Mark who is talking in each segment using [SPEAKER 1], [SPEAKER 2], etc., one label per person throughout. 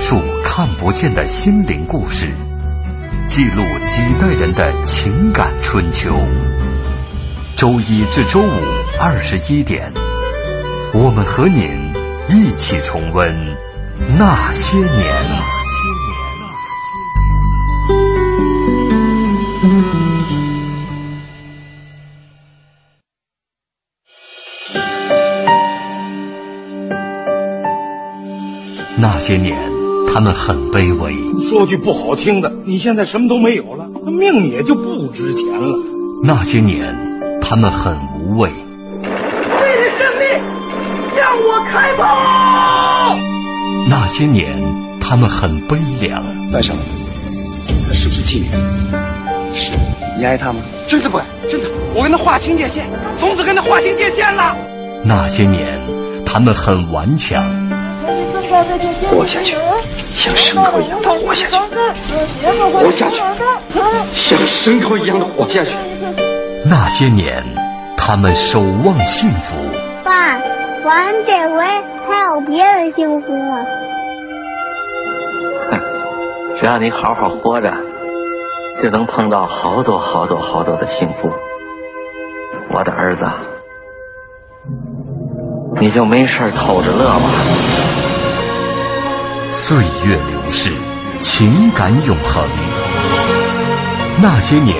[SPEAKER 1] 述看不见的心灵故事，记录几代人的情感春秋。周一至周五二十一点，我们和您一起重温那些年。那些年，他们很卑微。
[SPEAKER 2] 说句不好听的，你现在什么都没有了，那命也就不值钱了。
[SPEAKER 1] 那些年，他们很无畏。
[SPEAKER 3] 为了胜利，向我开炮！
[SPEAKER 1] 那些年，他们很悲凉。
[SPEAKER 4] 戴上，他是不是妓女？是。你爱她吗？
[SPEAKER 5] 真的不爱，真的。我跟她划清界限，从此跟她划清界限了。
[SPEAKER 1] 那些年，他们很顽强。
[SPEAKER 4] 活下去，像牲口一样的活下去，活下去，像牲口一样的活下去。
[SPEAKER 1] 那些年，他们守望幸福。
[SPEAKER 6] 爸，咱这回还有别的幸福吗？
[SPEAKER 7] 只要你好好活着，就能碰到好多好多好多的幸福。我的儿子，你就没事偷着乐吧。
[SPEAKER 1] 岁月流逝，情感永恒。那些年，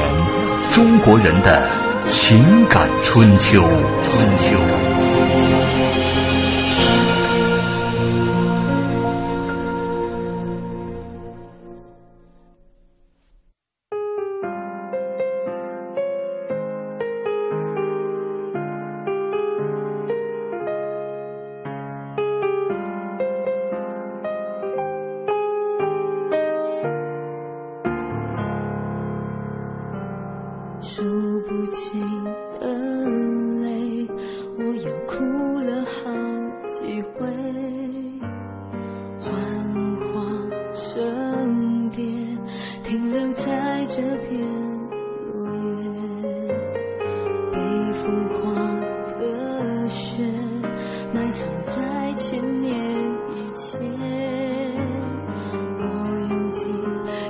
[SPEAKER 1] 中国人的情感春秋。春秋。
[SPEAKER 8] 数不清的泪，我又哭了好几回。幻化成蝶，停留在这片落叶，被浮夸的雪埋藏在千年以前。我用尽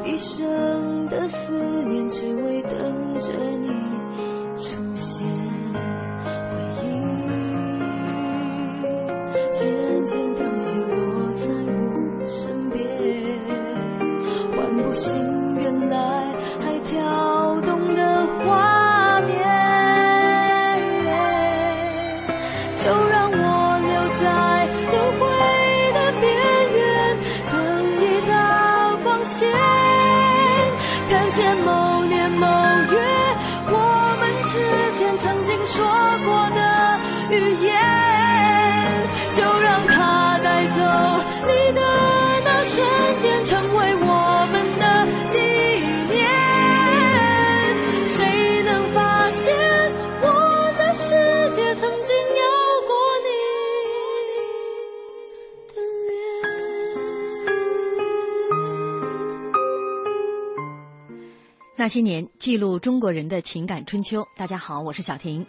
[SPEAKER 8] 一生的思念，只为等。着你出现，回忆渐渐凋谢，落在我身边，唤不醒原来还跳动的画面。就让我留在轮回的边缘，等一道光线，看见某年某月。之间曾经说过的语言，就让它带走你的那瞬间，成为我们的纪念。谁能发现我的世界曾经有过你的脸？
[SPEAKER 9] 那些年，记录中国人的情感春秋。大家好，我是小婷。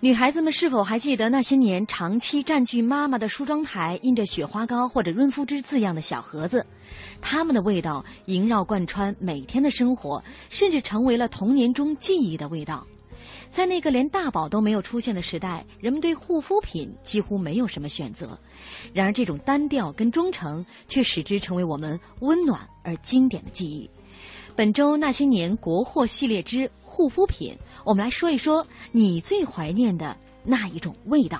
[SPEAKER 9] 女孩子们是否还记得那些年长期占据妈妈的梳妆台、印着雪花膏或者润肤脂字样的小盒子？它们的味道萦绕贯穿每天的生活，甚至成为了童年中记忆的味道。在那个连大宝都没有出现的时代，人们对护肤品几乎没有什么选择。然而，这种单调跟忠诚却使之成为我们温暖而经典的记忆。本周那些年国货系列之护肤品，我们来说一说你最怀念的那一种味道。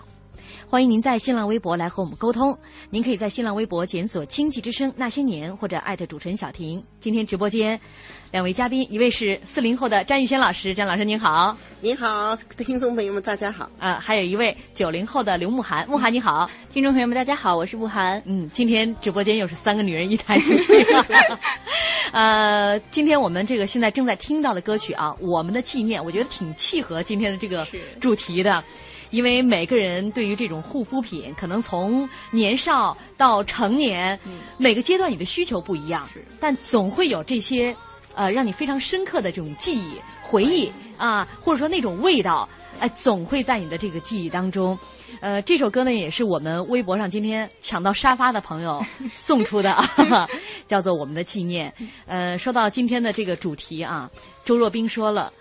[SPEAKER 9] 欢迎您在新浪微博来和我们沟通，您可以在新浪微博检索“经济之声那些年”或者艾特主持人小婷。今天直播间两位嘉宾，一位是四零后的詹玉轩老师，詹老师您好，
[SPEAKER 10] 您好，听众朋友们大家好。
[SPEAKER 9] 啊、呃，还有一位九零后的刘慕寒，慕寒你好，
[SPEAKER 11] 听众朋友们大家好，我是慕寒。
[SPEAKER 9] 嗯，今天直播间又是三个女人一台 戏。呃，今天我们这个现在正在听到的歌曲啊，我们的纪念，我觉得挺契合今天的这个主题的。因为每个人对于这种护肤品，可能从年少到成年，嗯、每个阶段你的需求不一样，但总会有这些，呃，让你非常深刻的这种记忆、回忆啊，或者说那种味道，
[SPEAKER 8] 哎，总会在你的这个记忆当中。呃，这首歌呢也是我们微博上今天抢到沙发的朋友送出的， 啊，叫做《我们的纪念》。呃，说到今天的这个主题啊，周若冰说了。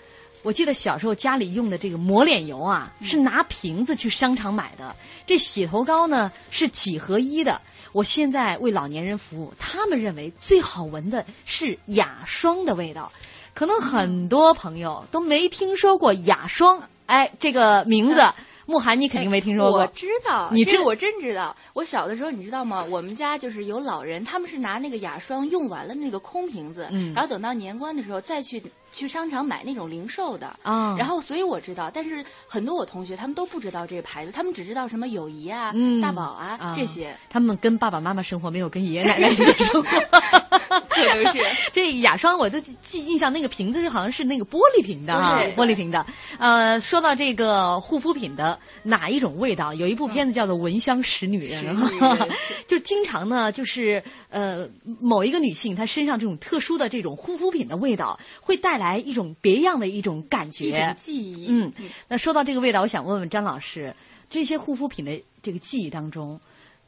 [SPEAKER 8] 我记得小时候家里用的这个抹脸油啊，是拿瓶子去商场买的。这洗头膏呢是几合一的。我现在为老年人服务，他们认为最好闻的是雅霜的味道。可能很多朋友都没听说过雅霜，哎，这个名字，慕寒你肯定没听
[SPEAKER 10] 哎
[SPEAKER 8] 说过。
[SPEAKER 4] 我知道，
[SPEAKER 8] 你
[SPEAKER 4] 这个、我真知道。我小的时候你知道吗？我们家就是有老人，他们是拿那个雅霜用完了那个空瓶子，嗯、然后等到年关的时候再去。去商场买那种零售的啊，然后所以我知道，但是很多我同学他们都不知道这个牌子，他们只知道什么友谊啊、嗯、大宝啊、啊、这些。
[SPEAKER 8] 他们跟爸爸妈妈生活，没有跟爷爷奶奶一起生活，
[SPEAKER 4] 可能是。
[SPEAKER 8] 这雅霜我就记印象，那个瓶子是好像是那个玻璃瓶的啊，
[SPEAKER 4] 对
[SPEAKER 8] 玻璃瓶的。呃，说到这个护肤品的哪一种味道，有一部片子叫做《闻香识女人》
[SPEAKER 4] 嗯，
[SPEAKER 8] 就经常呢，就是呃某一个女性她身上这种特殊的这种护肤品的味道会带来。来一种别样的一种感觉，
[SPEAKER 4] 一种记忆。
[SPEAKER 8] 嗯，那说到这个味道，我想问问张老师，这些护肤品的这个记忆当中，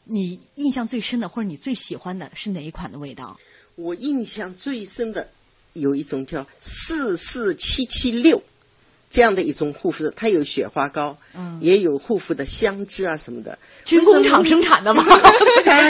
[SPEAKER 8] 你印象最深的或者你最喜欢的是哪一款的味 道？
[SPEAKER 10] 我印象最深的有一种叫四四七七六这样的一种护肤的，它有雪花膏，嗯，也有护肤的香脂啊什么的，
[SPEAKER 8] 军工厂生产的吗？
[SPEAKER 10] 当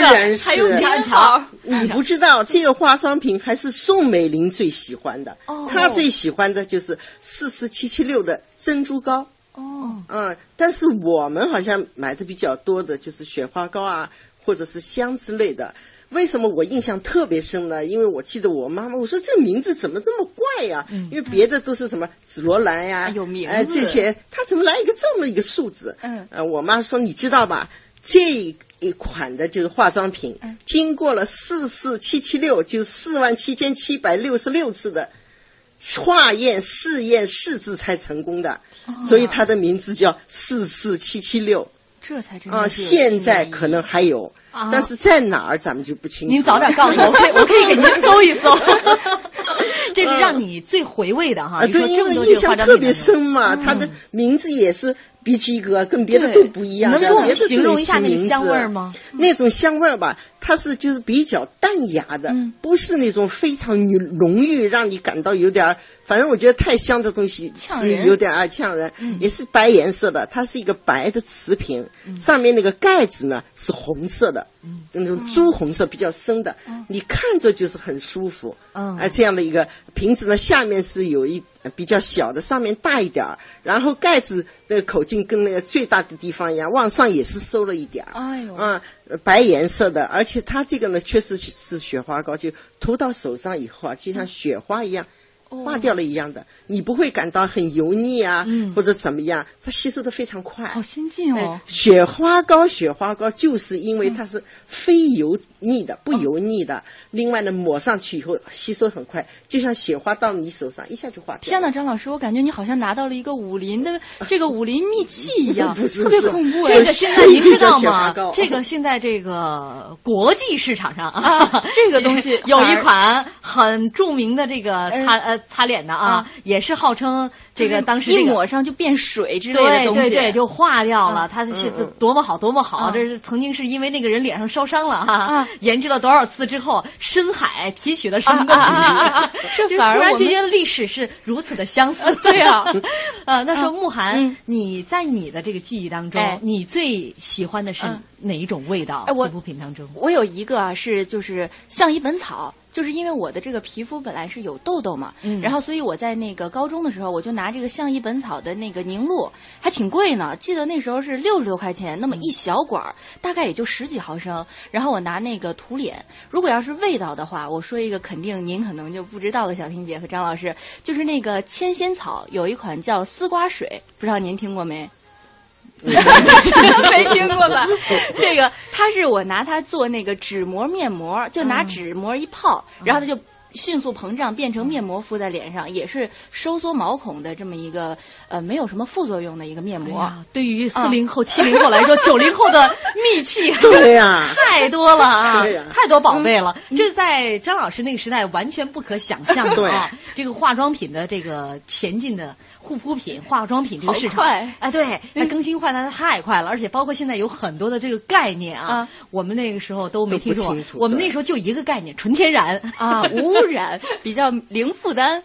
[SPEAKER 10] 然是，
[SPEAKER 8] 还有安桥。
[SPEAKER 10] 你不知道这个化妆品还是宋美龄最喜欢的，
[SPEAKER 8] 哦、
[SPEAKER 10] 她最喜欢的就是四四七七六的珍珠膏。
[SPEAKER 8] 哦，
[SPEAKER 10] 嗯，但是我们好像买的比较多的就是雪花膏啊，或者是香之类的。为什么我印象特别深呢？因为我记得我妈妈，我说这名字怎么这么怪呀、啊？嗯、因为别的都是什么紫罗兰呀、啊，
[SPEAKER 4] 有名字，
[SPEAKER 10] 哎、呃，这些，她怎么来一个这么一个数字？
[SPEAKER 4] 嗯，
[SPEAKER 10] 呃，我妈说你知道吧？这一款的就是化妆品，经过了四四七七六，就四万七千七百六十六次的化验、试验、试制才成功的，哦、所以它的名字叫四四七七六。
[SPEAKER 4] 这才真
[SPEAKER 10] 啊！现在可能还有，
[SPEAKER 4] 啊、
[SPEAKER 10] 但是在哪儿咱们就不清楚。
[SPEAKER 8] 您早点告诉我，我可以我可以给您搜一 搜。 这是让你最回味的哈，
[SPEAKER 10] 嗯啊、对，因为印象特别深嘛。它、
[SPEAKER 8] 嗯、
[SPEAKER 10] 的名字也是别具一格，跟别的都不一样。
[SPEAKER 8] 能
[SPEAKER 10] 给
[SPEAKER 8] 我们形容一下那个香味吗？
[SPEAKER 10] 那种香味吧，它是就是比较淡雅的，
[SPEAKER 8] 嗯、
[SPEAKER 10] 不是那种非常浓郁，让你感到有点。反正我觉得太香的东西是有点啊呛人，
[SPEAKER 8] 嗯、
[SPEAKER 10] 也是白颜色的，它是一个白的瓷瓶，
[SPEAKER 8] 嗯、
[SPEAKER 10] 上面那个盖子呢是红色的，嗯、那种朱红色比较深的，你看着就是很舒服。
[SPEAKER 8] 嗯，
[SPEAKER 10] 哎、啊，这样的一个瓶子呢，下面是有一比较小的，上面大一点儿，然后盖子那个口径跟那个最大的地方一样，往上也是收了一点儿。
[SPEAKER 8] 哎呦，
[SPEAKER 10] 啊，白颜色的，而且它这个呢确实是雪花膏，就涂到手上以后啊，就像
[SPEAKER 8] 嗯
[SPEAKER 10] 雪花一样。
[SPEAKER 8] 哦
[SPEAKER 10] 化掉了一样的，你不会感到很油腻啊，
[SPEAKER 8] 嗯、
[SPEAKER 10] 或者怎么样，它吸收的非常快。
[SPEAKER 8] 好先进哦、哎！
[SPEAKER 10] 雪花膏，雪花膏就是因为它是非油腻的，嗯、不油腻的。另外呢，抹上去以后吸收很快，就像雪花到你手上一下就化掉。
[SPEAKER 4] 天哪，张老师，我感觉你好像拿到了一个武林的这个武林秘籍一 样，
[SPEAKER 10] 不是
[SPEAKER 4] 特别恐怖、啊。
[SPEAKER 8] 这个现在您知道吗？这个现在这个国际市场上
[SPEAKER 4] 啊，这个东西
[SPEAKER 8] 有一款很著名的这个它呃。擦脸的啊，也是号称这个当时
[SPEAKER 4] 一抹上就变水之类的嗯
[SPEAKER 8] 东西，对对对，就化掉了。它是多么好，多么好！这是曾经是因为那个人脸上烧伤了
[SPEAKER 4] 嗯
[SPEAKER 8] 哈，研制了多少次之后，深海提取了什么东西？
[SPEAKER 4] 嗯这反而
[SPEAKER 8] 突然就觉得历史是如此的相似。
[SPEAKER 4] 对啊， 嗯
[SPEAKER 8] 呃，那时候慕寒，你在你的这个记忆当中，你最喜欢的是哪一种味道？护肤品当中，
[SPEAKER 4] 哎嗯我有一个啊，是就是像一本草。就是因为我的这个皮肤本来是有痘痘嘛，
[SPEAKER 8] 嗯、
[SPEAKER 4] 然后所以我在那个高中的时候，我就拿这个象夷本草的那个凝露，还挺贵呢。啊记得那时候是六十多块钱，那么一小管儿，大概也就十几毫升。然后我拿那个涂脸。如果要是味道的话，我说一个肯定您可能就不知道了，小婷姐和张老师，就是那个千仙草有一款叫丝瓜水，不知道您听过没？
[SPEAKER 10] 嗯
[SPEAKER 4] 没听过 吧？这个，它是我拿它做那个纸膜面膜，就拿纸膜一泡，嗯、然后它就。
[SPEAKER 12] 迅速膨胀变成面膜敷在脸上，也是收缩毛孔的这么一个呃没有什么副作用的一个面膜。啊
[SPEAKER 8] 哎、对于四零后、七零后来 说，九零后的 秘籍
[SPEAKER 13] 对呀，
[SPEAKER 8] 太多了啊，
[SPEAKER 13] 对呀嗯
[SPEAKER 8] 太多宝贝了。这在张老师那个时代完全不可想象的啊！这个化妆品的这个前进的护肤品、化妆品这个市场，
[SPEAKER 12] 好快
[SPEAKER 8] 哎，
[SPEAKER 13] 嗯
[SPEAKER 8] 对，那更新换代的太快了，而且包括现在有很多的这个概念啊，
[SPEAKER 12] 啊
[SPEAKER 8] 我们那个时候都
[SPEAKER 13] 都
[SPEAKER 8] 没
[SPEAKER 13] 不
[SPEAKER 8] 听说过
[SPEAKER 13] 清楚，
[SPEAKER 8] 我们
[SPEAKER 13] 对
[SPEAKER 8] 那时候就一个概念，纯天然
[SPEAKER 12] 啊，无污染，比较零负担。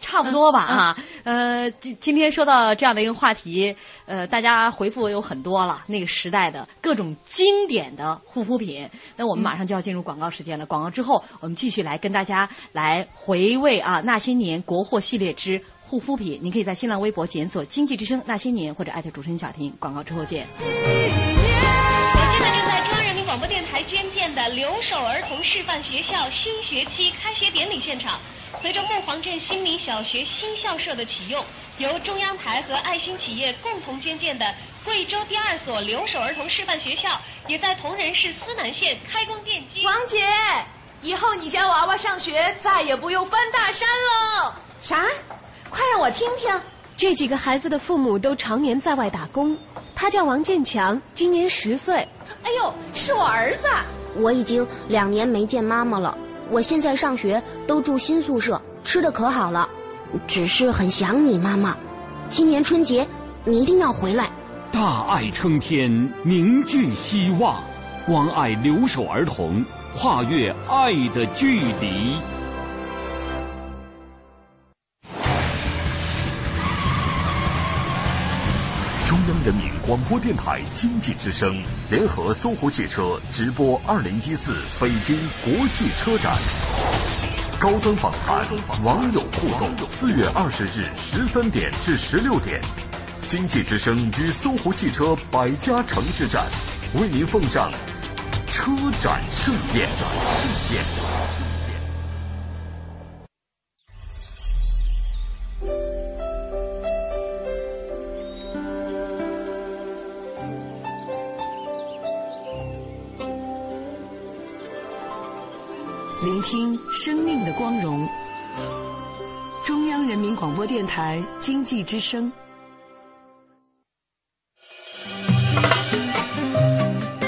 [SPEAKER 8] 差不多吧啊。呃，今今天说到这样的一个话题，呃，大家回复有很多了，那个时代的各种经典的护肤品。那我们马上就要进入广告时间了，广告之后我们继续来跟大家来回味啊那些年国货系列之。护肤品，您可以在新浪微博检索“经济之声那些年”或者艾特主持人小婷。广告之后见。
[SPEAKER 4] 现在正在中央人民广播电台捐建的留守儿童示范学校新学期开学典礼现场。随着木黄镇新民小学新校舍的启用，由中央台和爱心企业共同捐建的贵州第二所留守儿童示范学校，也在铜仁市思南县开工奠基。
[SPEAKER 14] 王姐，以后你家娃娃上学再也不用翻大山喽。
[SPEAKER 15] 啥？快让我听听。这几个孩子的父母都常年在外打工。他叫王建强，今年十岁。
[SPEAKER 14] 哎呦，是我儿子。
[SPEAKER 16] 我已经两年没见妈妈了，我现在上学都住新宿舍，吃的可好了，只是很想你妈妈。今年春节你一定要回来。
[SPEAKER 17] 大爱撑天，凝聚希望，关爱留守儿童，跨越爱的距离。
[SPEAKER 1] 中央人民广播电台经济之声联合搜狐汽车直播2014北京国际车展。高端访谈，网友互动。四月二十日十三点至十六点，经济之声与搜狐汽车百家城之展为您奉上车展盛宴。盛宴。
[SPEAKER 10] 聆听生命的光荣。中央人民广播电台经济之声。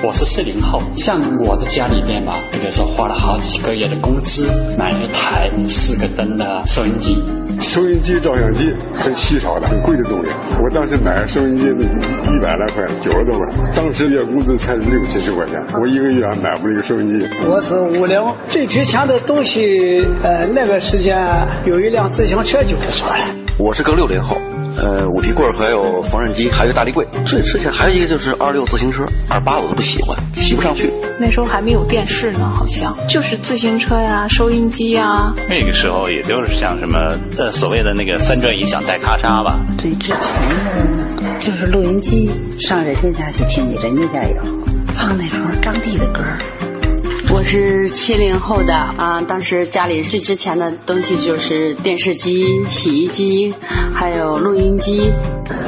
[SPEAKER 2] 我是四零后，像我的家里边吧，比如说花了好几个月的工资买了一台四个灯的收音机，
[SPEAKER 3] 收音机、照相机很稀少的、很贵的东西。我当时买收音机一百来块，九十多块，当时月工资才六七十块钱，我一个月还买不了一个收音机。
[SPEAKER 18] 我是五零，最值钱的东西，呃，那个时间有一辆自行车就不错了。
[SPEAKER 19] 我是个六零后，呃，五皮棍儿还有缝纫机，还有一个大立柜。最值钱还有一个就是二六自行车，二八我都不喜欢，骑不上去。
[SPEAKER 20] 那时候还没有电视呢，好像就是自行车呀、收音机呀。
[SPEAKER 21] 那个时候也就是像什么呃所谓的那个三转一响带咔嚓吧，
[SPEAKER 22] 最值钱的就是录音机，上人家家去听去，人家家有放那时候张帝的歌儿。
[SPEAKER 23] 我是七零后的啊，当时家里最值钱的东西就是电视机、洗衣机，还有录音机。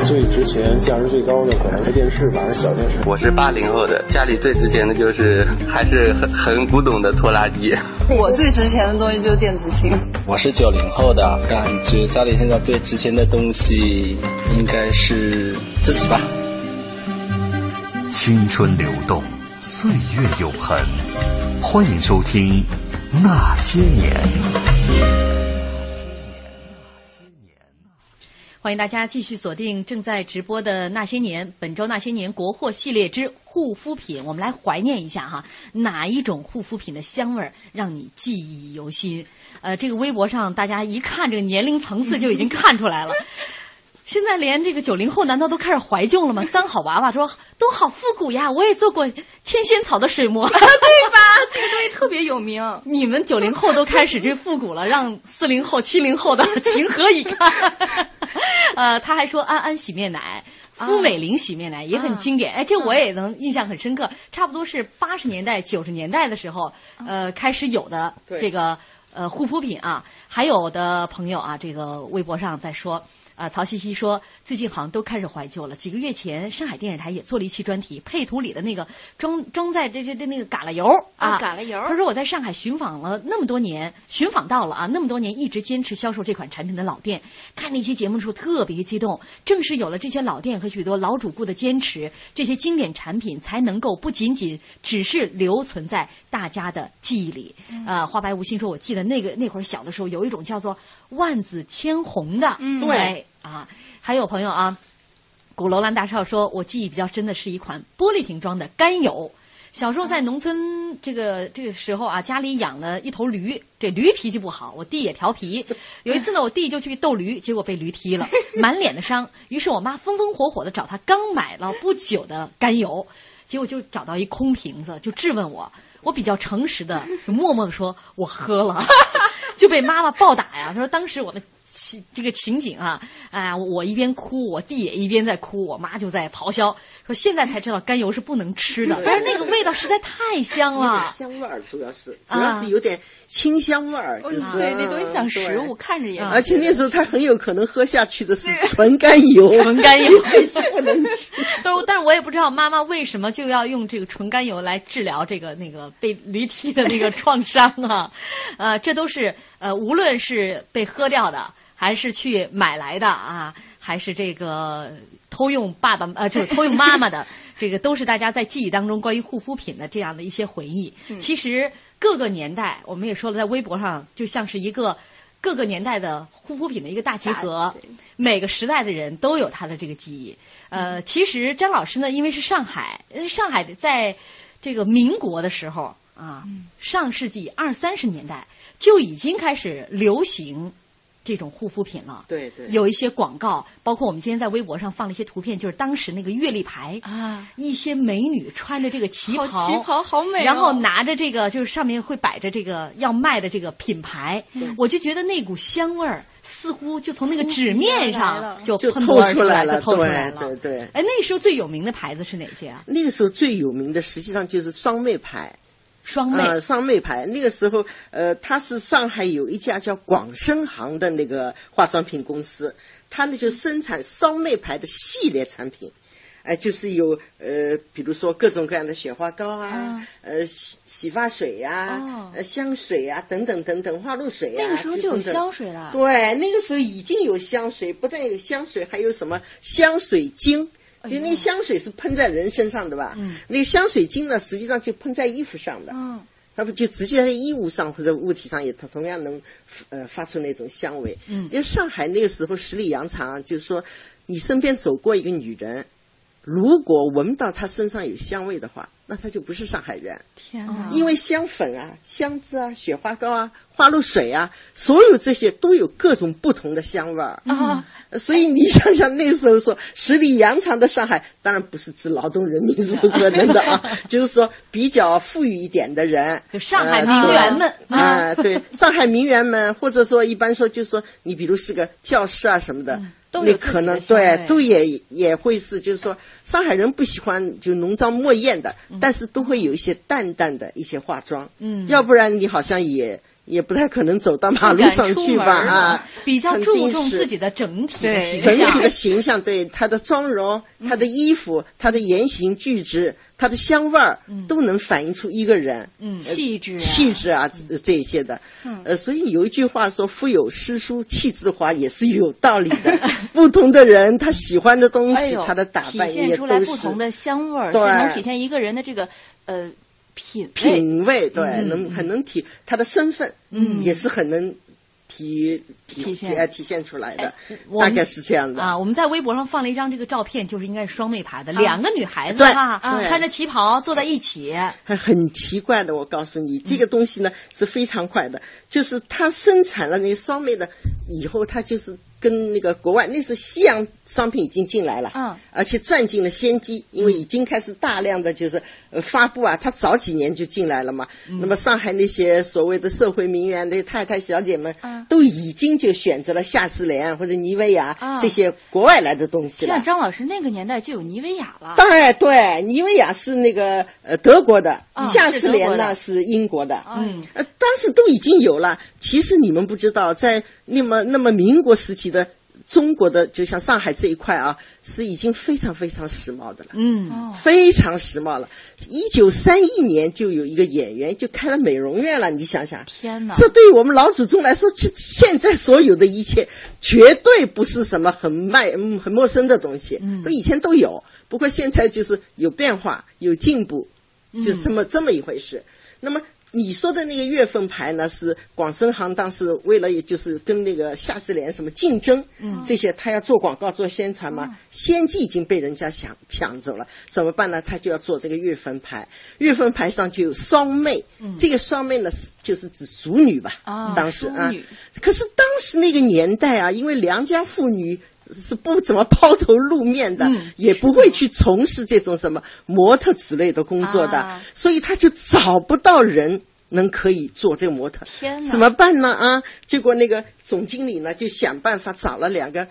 [SPEAKER 24] 最值钱、价值最高的可能是电视吧，还是小电视。
[SPEAKER 25] 我是八零后的，家里最值钱的就是还是很很古董的拖拉机。
[SPEAKER 26] 我最值钱的东西就是电子琴。
[SPEAKER 27] 我是九零后的，感觉家里现在最值钱的东西应该是自己吧。
[SPEAKER 1] 青春流动，岁月永恒。欢迎收听《那些年》。
[SPEAKER 8] 欢迎大家继续锁定正在直播的《那些年》，本周《那些年》国货系列之护肤品，我们来怀念一下哈，哪一种护肤品的香味儿让你记忆犹新？呃，这个微博上大家一看这个年龄层次就已经看出来了。 现在连这个九零后难道都开始怀旧了吗？三好娃娃说都好复古呀，我也做过千仙草的水 磨，对吧？
[SPEAKER 12] 这个东西特别有名。
[SPEAKER 8] 你们九零后都开始这复古了，让四零后、七零后的情何以堪？呃，他还说安安洗面奶。肤美玲洗面奶也很经典，哎，这我也能印象很深刻。差不多是八十年代、九十年代的时候，呃，开始有的这个呃护肤品啊。还有的朋友啊，这个微博上在说。啊，曹西西说，最近好像都开始怀旧了。几个月前，上海电视台也做了一期专题，配图里的那个装装在这这这那个嘎啦油啊，
[SPEAKER 4] 嘎啦油。
[SPEAKER 8] 他说我在上海寻访了那么多年，寻访到了啊，那么多年一直坚持销售这款产品的老店。看那期节目的时候特别激动，正是有了这些老店和许多老主顾的坚持，这些经典产品才能够不仅仅只是留存在大家的记忆里。
[SPEAKER 4] 嗯
[SPEAKER 8] 啊、呃，花白无心说，我记得那个那会儿小的时候，有一种叫做。万紫千红的，
[SPEAKER 4] 嗯、
[SPEAKER 8] 对啊，还有朋友啊，鼓楼兰大少说，我记忆比较深的是一款玻璃瓶装的甘油。小时候在农村这个这个时候啊，家里养了一头驴，这驴脾气不好，我弟也调皮。有一次呢，我弟就去斗驴，结果被驴踢了，满脸的伤。于是我妈风风火火的找他刚买了不久的甘油，结果就找到一空瓶子，就质问我。我比较诚实的，就默默的说，我喝了。就被妈妈暴打呀！他说当时我们情这个情景啊，哎呀，我一边哭，我弟也一边在哭，我妈就在咆哮说：“现在才知道甘油是不能吃的，但是那个味道实在太香了，
[SPEAKER 10] 香味儿主要是主要是有点清香味儿，就是
[SPEAKER 4] 啊哦
[SPEAKER 10] 啊
[SPEAKER 4] 对那东西像食
[SPEAKER 8] 啊
[SPEAKER 4] 物，啊看着也。
[SPEAKER 10] 而 且那时候他很有可能喝下去的是纯甘油，
[SPEAKER 8] 纯甘油
[SPEAKER 10] 是 不能吃。
[SPEAKER 8] 但是但是我也不知道妈妈为什么就要用这个纯甘油来治疗这个那个被驴踢的那个创伤啊，呃，这都是。”呃，无论是被喝掉的，还是去买来的啊，还是这个偷用爸爸呃，这个偷用妈妈的，这个都是大家在记忆当中关于护肤品的这样的一些回忆。嗯、其实各个年代，我们也说了，在微博上就像是一个各个年代的护肤品的一个大集合，每个时代的人都有他的这个记忆。呃，其实张老师呢，因为是上海，呃上海在这个民国的时候啊，上世纪二三十年代。就已经开始流行这种护肤品了。
[SPEAKER 10] 对对，
[SPEAKER 8] 有一些广告，包括我们今天在微博上放了一些图片，就是当时那个月历牌
[SPEAKER 4] 啊，
[SPEAKER 8] 一些美女穿着这个旗袍，
[SPEAKER 4] 旗袍好美、哦，
[SPEAKER 8] 然后拿着这个就是上面会摆着这个要卖的这个品牌，我就觉得那股香味儿似乎就从那个纸面上
[SPEAKER 10] 就
[SPEAKER 8] 喷薄出
[SPEAKER 10] 来
[SPEAKER 8] 了，
[SPEAKER 10] 透
[SPEAKER 8] 出来了。
[SPEAKER 10] 对对对。
[SPEAKER 8] 哎，那时候最有名的牌子是哪些啊？
[SPEAKER 10] 那个时候最有名的实际上就是双妹牌。
[SPEAKER 8] 双妹、
[SPEAKER 10] 呃，双妹牌。那个时候，呃，它是上海有一家叫广生行的那个化妆品公司，它呢就生产双妹牌的系列产品，哎、呃，就是有呃，比如说各种各样的雪花膏啊，啊呃，洗洗发水呀、啊，呃、哦，香水呀、啊，等等等等，花露水呀。啊
[SPEAKER 4] 那个时候就有香水了。
[SPEAKER 10] 对，那个时候已经有香水，不但有香水，还有什么香水精。就那香水是喷在人身上的吧？哎嗯，那个香水精呢，实际上就喷在衣服上的。嗯，那不就直接在衣物上或者物体上也同样能，呃，发出那种香味。嗯，因为上海那个时候十里洋场，就是说，你身边走过一个女人，如果闻到她身上有香味的话，那她就不是上海人。
[SPEAKER 4] 天哪！
[SPEAKER 10] 因为香粉啊、香脂啊、雪花膏啊。花露水啊，所有这些都有各种不同的香味儿
[SPEAKER 4] 啊、
[SPEAKER 10] 嗯，所以你想想那时候说十里洋场的上海，当然不是指劳动人民 是不可能的啊，就是说比较富裕一点的人，
[SPEAKER 8] 就上海名媛们
[SPEAKER 10] 啊，对，上海名媛们，或者说一般说就是说你比如是个教师啊什么的，
[SPEAKER 4] 嗯、
[SPEAKER 10] 你可能对都也也会是就是说上海人不喜欢就浓妆艳艳的，嗯、但是都会有一些淡淡的一些化妆，
[SPEAKER 8] 嗯，
[SPEAKER 10] 要不然你好像也。也不太可能走到马路上去吧啊，
[SPEAKER 8] 比较注重自己的整体的形
[SPEAKER 10] 象，整体的形象，对她的妆容、
[SPEAKER 4] 嗯
[SPEAKER 10] 她的衣服、她的言行举止、她的香味儿，都能反映出一个人呃
[SPEAKER 4] 嗯气质、嗯
[SPEAKER 10] 气质啊这些的。呃，所以有一句话说“腹有诗书气自华”也是有道理的。 不同的人，他喜欢的东西，他的打扮
[SPEAKER 4] 哎体现出来不同的香味儿，是能体现一个人的这个呃。品
[SPEAKER 10] 品味对，
[SPEAKER 4] 哎
[SPEAKER 10] 嗯、能很能体他的身份，
[SPEAKER 8] 嗯，
[SPEAKER 10] 也是很能体体哎
[SPEAKER 4] 现哎
[SPEAKER 10] 体现出来
[SPEAKER 8] 哎
[SPEAKER 10] 的，大概是这样的
[SPEAKER 8] 啊。我们在微博上放了一张这个照片，就是应该是双妹牌的，啊、两个女孩子哈、啊，穿着旗袍坐在一起，
[SPEAKER 10] 很奇怪的。我告诉你，这个东西呢是非常快的，就是它生产了那双妹的以后，它就是。跟那个国外那时候西洋商品已经进来了，
[SPEAKER 4] 嗯，
[SPEAKER 10] 而且占尽了先机，因为已经开始大量的就是呃发布啊，它早几年就进来了嘛。嗯、那么上海那些所谓的社会名媛的太太小姐们，嗯、都已经就选择了夏之莲或者妮维雅、
[SPEAKER 4] 嗯、
[SPEAKER 10] 这些国外来的东西了。
[SPEAKER 4] 像张老师那个年代就有妮维雅了，
[SPEAKER 10] 当然对，妮维雅是那个呃德国的，
[SPEAKER 4] 哦、
[SPEAKER 10] 夏之莲呢
[SPEAKER 4] 是
[SPEAKER 10] 英国的，
[SPEAKER 4] 嗯，
[SPEAKER 10] 呃当时都已经有了。其实你们不知道，在那么那么民国时期的中国的，就像上海这一块啊，是已经非常非常时髦的了。
[SPEAKER 4] 哦
[SPEAKER 8] 嗯，
[SPEAKER 10] 非常时髦了。一九三一年就有一个演员就开了美容院了，你想想，
[SPEAKER 4] 天哪！
[SPEAKER 10] 这对我们老祖宗来说，这现在所有的一切绝对不是什么很卖、嗯很陌生的东西，
[SPEAKER 4] 嗯
[SPEAKER 10] 都以前都有，不过现在就是有变化、有进步，
[SPEAKER 2] 嗯
[SPEAKER 10] 就是这么、这么一回事。那么你说的那个月份牌呢，是广生行当时为了就是跟那个夏士联什么竞争，
[SPEAKER 2] 嗯
[SPEAKER 10] 这些他要做广告做宣传嘛，先机已经被人家抢抢走了，怎么办呢？他就要做这个月份牌，月份牌上就有双妹，
[SPEAKER 2] 嗯
[SPEAKER 10] 这个双妹呢是就是指熟女吧，
[SPEAKER 2] 啊
[SPEAKER 10] 当时啊
[SPEAKER 2] 淑女，
[SPEAKER 10] 可是当时那个年代啊，因为良家妇女。是不怎么抛头露面的，
[SPEAKER 28] 嗯
[SPEAKER 10] 也不会去从事这种什么模特之类的工作的，
[SPEAKER 28] 啊
[SPEAKER 10] 所以他就找不到人能可以做这个模特。
[SPEAKER 28] 天哪
[SPEAKER 10] 怎么办呢？啊，结果那个总经理呢就想办法找了两个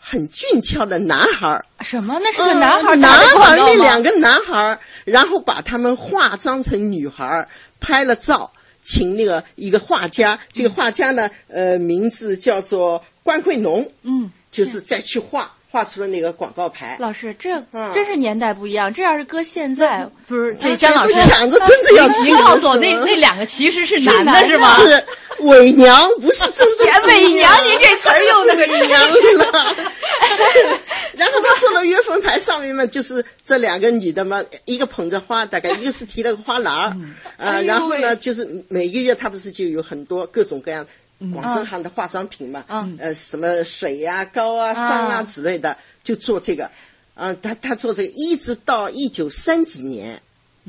[SPEAKER 10] 很俊俏的男孩儿。
[SPEAKER 4] 什么？那是个男孩儿
[SPEAKER 10] 嗯
[SPEAKER 4] 打
[SPEAKER 10] 男
[SPEAKER 4] 的
[SPEAKER 10] 孩
[SPEAKER 4] 广
[SPEAKER 10] 儿
[SPEAKER 4] 告吗，
[SPEAKER 10] 那两个男孩儿，然后把他们化妆成女孩儿，拍了照，请那个一个画家，这个画家呢，呃，名字叫做关惠农，
[SPEAKER 8] 嗯，
[SPEAKER 10] 就是再去画，画出了那个广告牌。
[SPEAKER 4] 老师，这
[SPEAKER 10] 嗯
[SPEAKER 4] 真是年代不一样。这要是搁现在，
[SPEAKER 8] 不是
[SPEAKER 10] 哎这姜老师抢着真的要急
[SPEAKER 8] 您告诉我，
[SPEAKER 10] 什么
[SPEAKER 8] 那那两个其实是
[SPEAKER 10] 是
[SPEAKER 8] 男的
[SPEAKER 10] 男
[SPEAKER 8] 是吗？
[SPEAKER 10] 是伪娘，不是真的
[SPEAKER 8] 哎伪娘您这词儿用得
[SPEAKER 10] 啊 伪娘 了。是然后他做了月份牌，上面嘛就是这两个女的嘛，一个捧着花，大概一个是提了个花篮儿，
[SPEAKER 28] 哎
[SPEAKER 8] 嗯
[SPEAKER 10] 啊，
[SPEAKER 28] 呦
[SPEAKER 10] 然后呢
[SPEAKER 28] 喂
[SPEAKER 10] 就是每个月他不是就有很多各种各样
[SPEAKER 28] 嗯
[SPEAKER 8] 啊
[SPEAKER 10] 广生行的化妆品嘛，
[SPEAKER 28] 嗯
[SPEAKER 10] 呃什么水呀、膏啊、霜啊
[SPEAKER 28] 啊
[SPEAKER 10] 之类的，就做这个。啊，他他做这个，一直到一九三几年，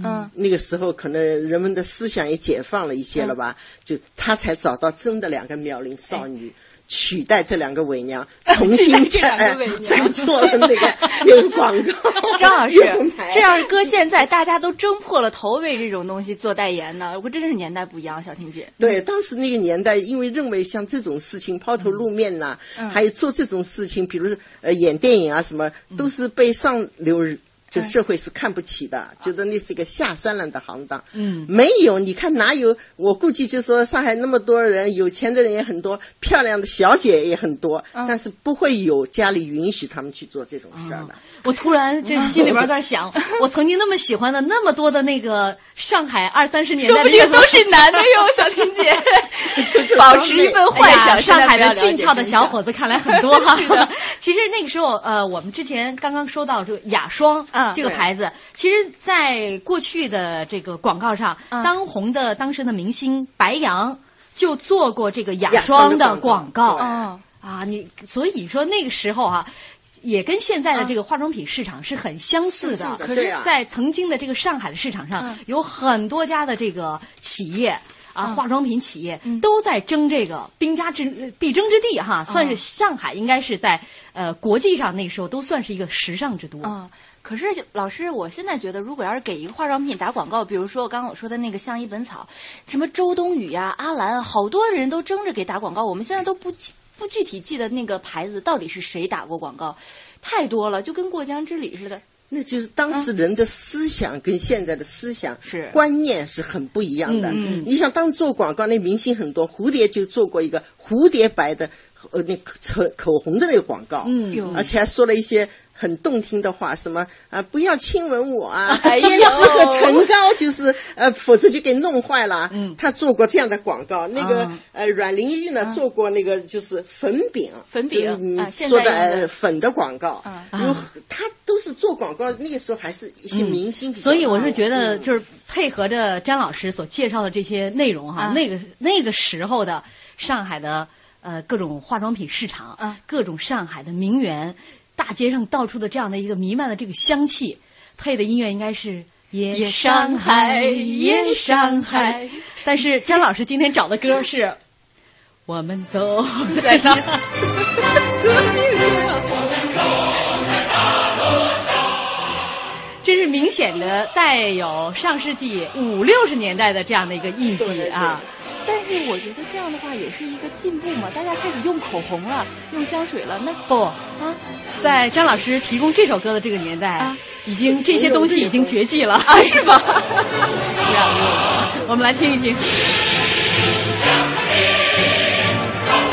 [SPEAKER 4] 嗯，
[SPEAKER 10] 那个时候可能人们的思想也解放了一些了吧，
[SPEAKER 4] 嗯
[SPEAKER 10] 就他才找到真的两个妙龄少女。取代这两个伪娘，重新
[SPEAKER 4] 哎 取
[SPEAKER 10] 再
[SPEAKER 4] 代这两个伪
[SPEAKER 10] 哎
[SPEAKER 4] 娘
[SPEAKER 10] 再做了那个那个广告。
[SPEAKER 4] 张老师
[SPEAKER 10] 月份牌，
[SPEAKER 4] 这要是搁现在，大家都争破了头为这种东西做代言呢，我真是年代不一样。小婷姐，
[SPEAKER 10] 对，当时那个年代，因为认为像这种事情抛头露面呐、
[SPEAKER 4] 嗯
[SPEAKER 10] 还有做这种事情，比如是呃演电影啊什么，
[SPEAKER 28] 嗯
[SPEAKER 10] 都是被上流人就社会是看不起的，觉得那是一个下三滥的行当。
[SPEAKER 28] 嗯
[SPEAKER 10] 没有，你看哪有？我估计就说上海那么多人，有钱的人也很多，漂亮的小姐也很多，
[SPEAKER 28] 嗯
[SPEAKER 10] 但是不会有家里允许他们去做这种事儿的。
[SPEAKER 28] 哦
[SPEAKER 8] 我突然这心里边在想，我曾经那么喜欢的那么多的那个上海二三十年代的
[SPEAKER 4] 说
[SPEAKER 8] 乐
[SPEAKER 4] 不定
[SPEAKER 8] 队，
[SPEAKER 4] 都是男的哟小婷 姐保持一份幻想
[SPEAKER 8] 哎呀上海
[SPEAKER 4] 现在
[SPEAKER 8] 的
[SPEAKER 4] 不要了解
[SPEAKER 8] 俊俏的小伙子看来很多
[SPEAKER 4] 是的
[SPEAKER 8] 哈。其实那个时候，呃，我们之前刚刚说到这个雅霜
[SPEAKER 4] 嗯
[SPEAKER 8] 这个牌子，其实，在过去的这个广告上，
[SPEAKER 4] 嗯
[SPEAKER 8] 当红的当时的明星白杨就做过这个雅
[SPEAKER 28] 雅
[SPEAKER 8] 霜
[SPEAKER 28] 霜
[SPEAKER 8] 的
[SPEAKER 28] 的
[SPEAKER 8] 广
[SPEAKER 28] 广告
[SPEAKER 8] 告
[SPEAKER 28] 哦
[SPEAKER 8] 啊啊，你所以说那个时候啊。也跟现在的这个化妆品市场是很相似
[SPEAKER 28] 是
[SPEAKER 8] 的，
[SPEAKER 28] 的
[SPEAKER 8] 可
[SPEAKER 28] 对
[SPEAKER 8] 是
[SPEAKER 28] 啊，
[SPEAKER 8] 在曾经的这个上海的市场上
[SPEAKER 28] 嗯，
[SPEAKER 8] 有很多家的这个企业
[SPEAKER 28] 嗯
[SPEAKER 8] 啊，化妆品企业都在争这个兵家之呃必争之地哈，
[SPEAKER 28] 嗯
[SPEAKER 8] 算是上海应该是在呃国际上那个时候都算是一个时尚之都。
[SPEAKER 4] 嗯，可是老师，我现在觉得，如果要是给一个化妆品打广告，比如说我刚刚我说的那个相宜本草，什么周冬雨呀、阿兰啊，好多人都争着给打广告，我们现在都不记不具体记得那个牌子到底是谁打过广告，太多了，就跟过江之鲤似的。
[SPEAKER 10] 那就是当时人的思想跟现在的思想
[SPEAKER 4] 是
[SPEAKER 10] 观念是很不一样的。
[SPEAKER 4] 嗯嗯
[SPEAKER 10] 你想，当时做广告那明星很多，蝴蝶就做过一个蝴蝶白的呃那口口红的那个广告，
[SPEAKER 28] 嗯哟
[SPEAKER 10] 而且还说了一些。很动听的话，什么啊，不要亲吻我啊，
[SPEAKER 28] 哎呦
[SPEAKER 10] 胭脂和唇膏就是呃，否则就给弄坏了。嗯，他做过这样的广告，那个、
[SPEAKER 28] 啊
[SPEAKER 10] 呃，阮玲玉呢、做过那个就是粉饼，
[SPEAKER 4] 粉饼
[SPEAKER 10] 就是你
[SPEAKER 4] 啊现
[SPEAKER 10] 说
[SPEAKER 4] 在
[SPEAKER 10] 的、
[SPEAKER 4] 用的
[SPEAKER 10] 呃粉的广告，
[SPEAKER 4] 啊
[SPEAKER 10] 有他都是做广告，那个时候还是一些
[SPEAKER 8] 嗯
[SPEAKER 10] 明星比较多、
[SPEAKER 8] 所以我是觉得，
[SPEAKER 10] 嗯
[SPEAKER 8] 就是配合着詹老师所介绍的这些内容哈，
[SPEAKER 4] 啊
[SPEAKER 8] 那个那个时候的上海的呃各种化妆品市场，各种上海的名媛，大街上到处的这样的一个弥漫的这个香气，配的音乐应该是。夜
[SPEAKER 4] 夜
[SPEAKER 8] 上
[SPEAKER 4] 上
[SPEAKER 8] 海，
[SPEAKER 4] 海
[SPEAKER 8] 夜
[SPEAKER 4] 夜
[SPEAKER 8] 上海
[SPEAKER 4] 上海。
[SPEAKER 8] 但是詹老师今天找的歌是《我们走在大》。这是明显的带有上世纪五六十年代的这样的一个印记啊。
[SPEAKER 4] 但是我觉得这样的话也是一个进步嘛，大家开始用口红了，用香水了，那
[SPEAKER 8] 不啊，在张老师提供这首歌的这个年代，已经这些东西已经绝迹了啊，是 吗？我们来听一听。
[SPEAKER 28] 我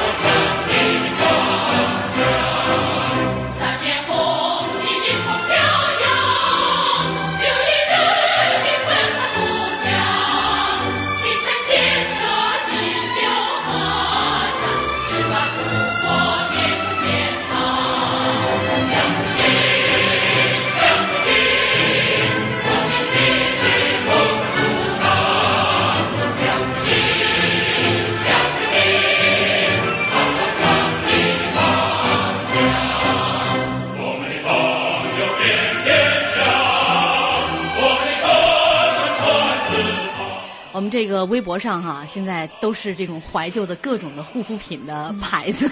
[SPEAKER 8] 我们这个微博上哈、现在都是这种怀旧的各种的护肤品的牌 子。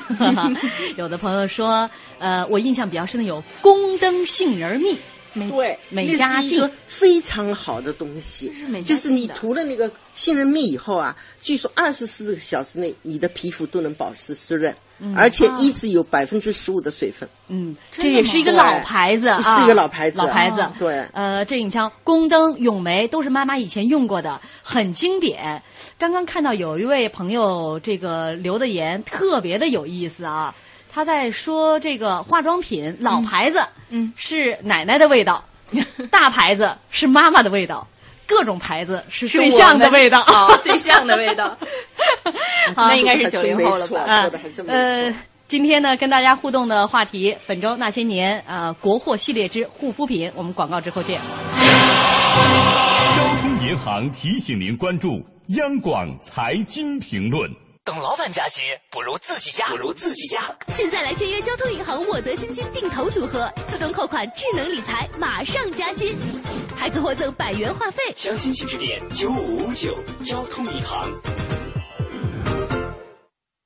[SPEAKER 8] 有的朋友说，呃，我印象比较深的有宫灯杏仁蜜，美
[SPEAKER 10] 对，
[SPEAKER 8] 美
[SPEAKER 10] 那
[SPEAKER 8] 加
[SPEAKER 10] 是一
[SPEAKER 8] 净
[SPEAKER 10] 个，非常好的东西
[SPEAKER 8] 美，加
[SPEAKER 10] 就是你
[SPEAKER 8] 净的
[SPEAKER 10] 涂了那个杏仁蜜以后啊，据说二十四个小时内你的皮肤都能保持湿润，
[SPEAKER 8] 嗯
[SPEAKER 10] 而且
[SPEAKER 8] 啊
[SPEAKER 10] 一直有百分之十五的水分。
[SPEAKER 8] 嗯，这
[SPEAKER 10] 真的
[SPEAKER 8] 也是一个
[SPEAKER 10] 吗
[SPEAKER 8] 老牌子啊，
[SPEAKER 10] 是一个老牌子
[SPEAKER 8] 老牌子
[SPEAKER 10] 哦。对
[SPEAKER 8] 呃，这你像宫灯、咏梅都是妈妈以前用过的，很经典。刚刚看到有一位朋友这个留的言，特别的有意思啊。他在说这个化妆品老牌子，嗯，是奶奶的味 道，大牌子是妈妈的味道，各种牌子是
[SPEAKER 29] 是
[SPEAKER 8] 对
[SPEAKER 29] 我
[SPEAKER 8] 象的啊
[SPEAKER 29] 们
[SPEAKER 8] 味 道，。
[SPEAKER 29] 哦对象的味道那应该是九零后了
[SPEAKER 10] 啊
[SPEAKER 29] 吧
[SPEAKER 10] 说？得还真没错
[SPEAKER 8] 呃，今天呢，跟大家互动的话题，本周那些年啊、呃国货系列之护肤品，我们广告之后见。
[SPEAKER 30] 交通银行提醒您关注央广财经评论。
[SPEAKER 31] 等老板加薪，不如自己加，不如自己加。
[SPEAKER 32] 现在来签约交通银行沃德新金定投组合，自动扣款、智能理财，马上加薪，还可获赠百元话费。
[SPEAKER 31] 详情请致电九五五九交通银行。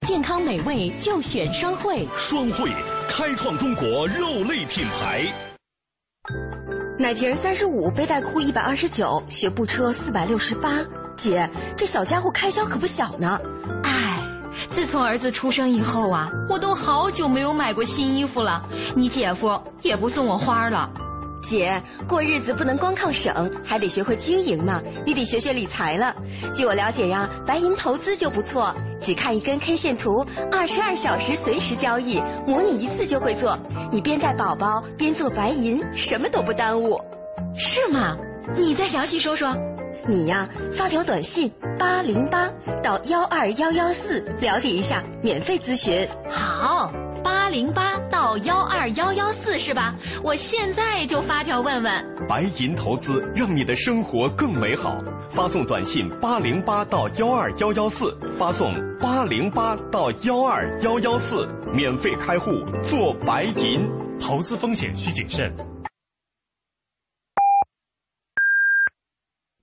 [SPEAKER 32] 健康美味就选双汇。
[SPEAKER 30] 双汇开创中国肉类品牌。
[SPEAKER 4] 奶瓶三十五，背带裤一百二十九，学步车四百六十八。姐，这小家伙开销可不小呢。
[SPEAKER 33] 自从儿子出生以后啊，我都好久没有买过新衣服了。你姐夫也不送我花了。
[SPEAKER 4] 姐，过日子不能光靠省，还得学会经营呢。你得学学理财了。据我了解呀，白银投资就不错，只看一根 K 线图，二十二小时随时交易，模拟一次就会做。你边带宝宝边做白银，什么都不耽误。
[SPEAKER 33] 是吗？你再详细说说。
[SPEAKER 4] 你呀，发条短信八零八到幺二幺幺四了解一下，免费咨询。
[SPEAKER 33] 好，八零八到幺二幺幺四是吧？我现在就发条问问。
[SPEAKER 34] 白银投资让你的生活更美好。发送短信八零八到幺二幺幺四，发送八零八到幺二幺幺四，免费开户做白银。投资风险需谨慎。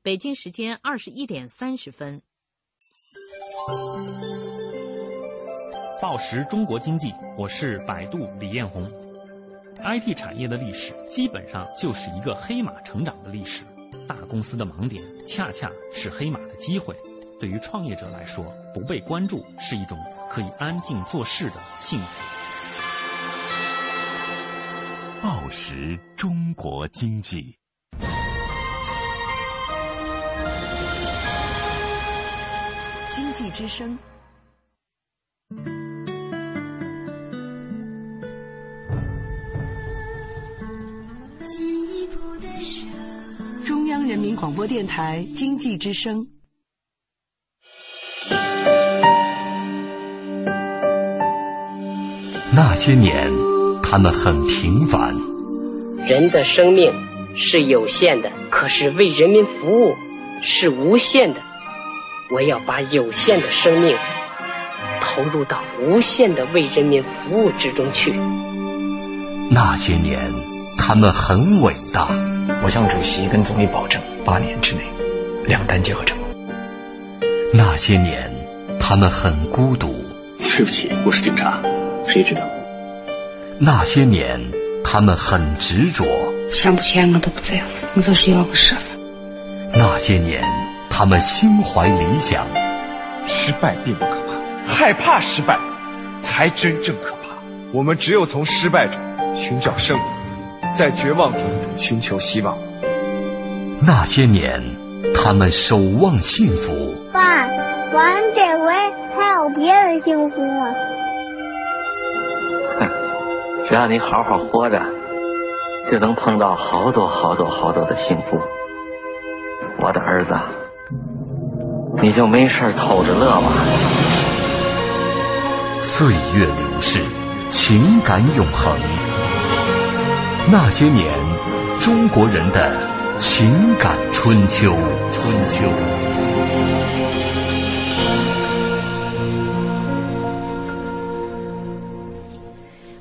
[SPEAKER 35] 北京时间二十一点三十分。
[SPEAKER 36] 报时中国经济，我是百度李彦宏。IT 产业的历史基本上就是一个黑马成长的历史，大公司的盲点恰恰是黑马的机会。对于创业者来说，不被关注是一种可以安静做事的幸福。
[SPEAKER 1] 报时中国经济，
[SPEAKER 37] 经济之声，
[SPEAKER 38] 进一步的深。
[SPEAKER 37] 中央人民广播电台经济之声。
[SPEAKER 1] 那些年，他们很平凡，
[SPEAKER 5] 人的生命是有限的，可是为人民服务是无限的。我要把有限的生命投入到无限的为人民服务之中去。
[SPEAKER 1] 那些年，他们很伟大。
[SPEAKER 39] 我向主席跟总理保证，八年之内两弹结合成功。
[SPEAKER 1] 那些年，他们很孤独。
[SPEAKER 39] 对不起，我是警察，谁知道？
[SPEAKER 1] 那些年，他们很执着。
[SPEAKER 40] 钱不钱我都不在乎，我就是要个身份。
[SPEAKER 1] 那些年，他们心怀理想。
[SPEAKER 41] 失败并不可怕，害怕失败才真正可怕。我们只有从失败中寻找胜利，在绝望中寻求希望。
[SPEAKER 1] 那些年，他们守望幸福。
[SPEAKER 3] 爸，咱这回还有别的幸福吗？
[SPEAKER 7] 只要你好好活着，就能碰到好多好多好多的幸福。我的儿子，你就没事儿偷着乐吧。
[SPEAKER 1] 岁月流逝，情感永恒。那些年，中国人的情感春秋。春秋。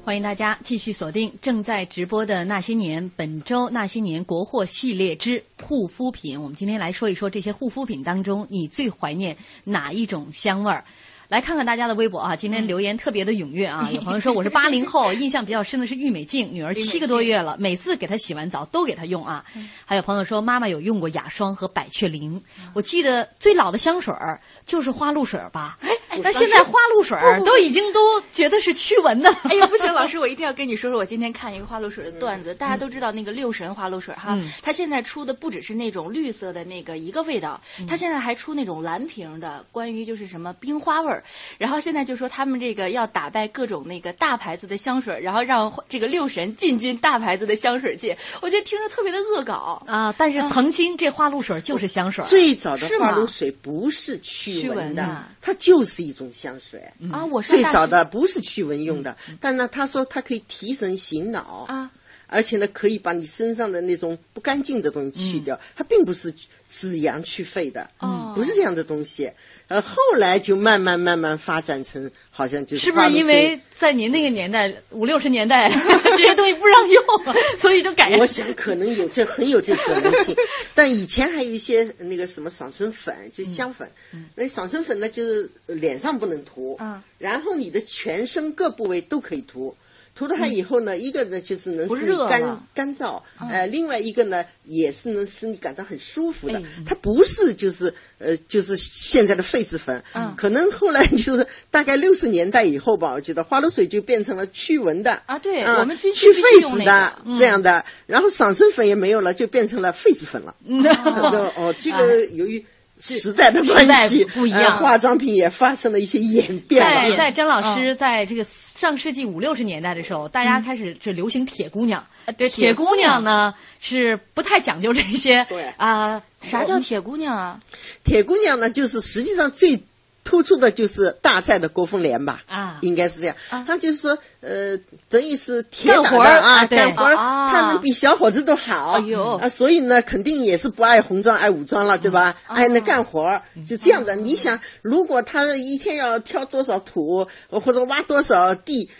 [SPEAKER 8] 欢迎大家继续锁定正在直播的《那些年》，本周《那些年》国货系列之护肤品。我们今天来说一说这些护肤品当中，你最怀念哪一种香味儿？来看看大家的微博啊，今天留言特别的踊跃啊！有朋友说我是八零后，印象比较深的是郁美净，女儿七个多月了，每次给她洗完澡都给她用啊。还有朋友说妈妈有用过雅霜和百雀羚，我记得最老的香水儿就是花露水儿吧，
[SPEAKER 4] 哎
[SPEAKER 8] 但现在花露水儿都已经都觉得是驱蚊的。
[SPEAKER 4] 哎呀，不行，老师，我一定要跟你说说，我今天看一个花露水的段
[SPEAKER 33] 嗯
[SPEAKER 4] 子，大家都知道那个六神花露水哈，它现在出的不只是那种绿色的那个一个味道，
[SPEAKER 33] 嗯
[SPEAKER 4] 它现在还出那种蓝瓶的，关于就是什么冰花味儿。然后现在就说他们这个要打败各种那个大牌子的香水，然后让这个六神进军大牌子的香水界，我觉得听着特别的恶搞
[SPEAKER 8] 啊！但是曾经这花露水就是香水，
[SPEAKER 10] 最早的花露水不是驱蚊的，蚊啊、它就是一种香水
[SPEAKER 33] 嗯
[SPEAKER 4] 啊！我
[SPEAKER 10] 最早的不是驱蚊用的，嗯、但呢，他说它可以提神醒脑
[SPEAKER 4] 啊。
[SPEAKER 10] 而且呢，可以把你身上的那种不干净的东西去掉，嗯、它并不是止痒去肺的，嗯、
[SPEAKER 37] 哦
[SPEAKER 10] 不是这样的东西。呃，后来就慢慢慢慢发展成，好像就是
[SPEAKER 8] 是不是因为在您那个年代五六十年代 这些东西不让 用，所以就改？
[SPEAKER 10] 我想可能有这很有这可能 性，但以前还有一些那个什么爽身粉，就香粉，嗯、那爽身粉呢就是脸上不能涂，然后你的全身各部位都可以涂。涂了它以后呢，嗯、一个呢就是能使你干干燥，嗯、呃，另外一个呢也是能使你感到很舒服的。哎、它不是就是呃就是现在的痱子粉，嗯、可能后来就是大概六十年代以后吧，我觉得花露水就变成了驱蚊的
[SPEAKER 4] 啊，对，我们
[SPEAKER 10] 去痱子的这样的，然后爽身粉也没有了，就变成了痱子粉了。 哦,哦，这个由于。时代的关系
[SPEAKER 8] 不一样、
[SPEAKER 10] 呃，化妆品也发生了一些演变。
[SPEAKER 8] 在在张老师在这个上世纪五六十年代的时候，大家开始就流行铁姑娘。对、嗯，嗯铁姑娘呢是不太讲究这些。
[SPEAKER 10] 对
[SPEAKER 8] 啊，呃、
[SPEAKER 4] 啥叫铁姑娘啊？
[SPEAKER 10] 铁姑娘呢，就是实际上最突出的就是大寨的郭凤莲吧？
[SPEAKER 8] 啊，
[SPEAKER 10] 应该是这样。她、啊、就是说，呃，等于是铁打的啊，干活儿，她能比小伙子都
[SPEAKER 4] 哦
[SPEAKER 10] 好。
[SPEAKER 4] 哎呦，嗯
[SPEAKER 10] 啊，所以呢，肯定也是不爱红妆爱武装了，对吧？
[SPEAKER 4] 啊
[SPEAKER 10] 爱那干活儿，就这样的。你想，如果她一天要挑多少土，或者挖多少地，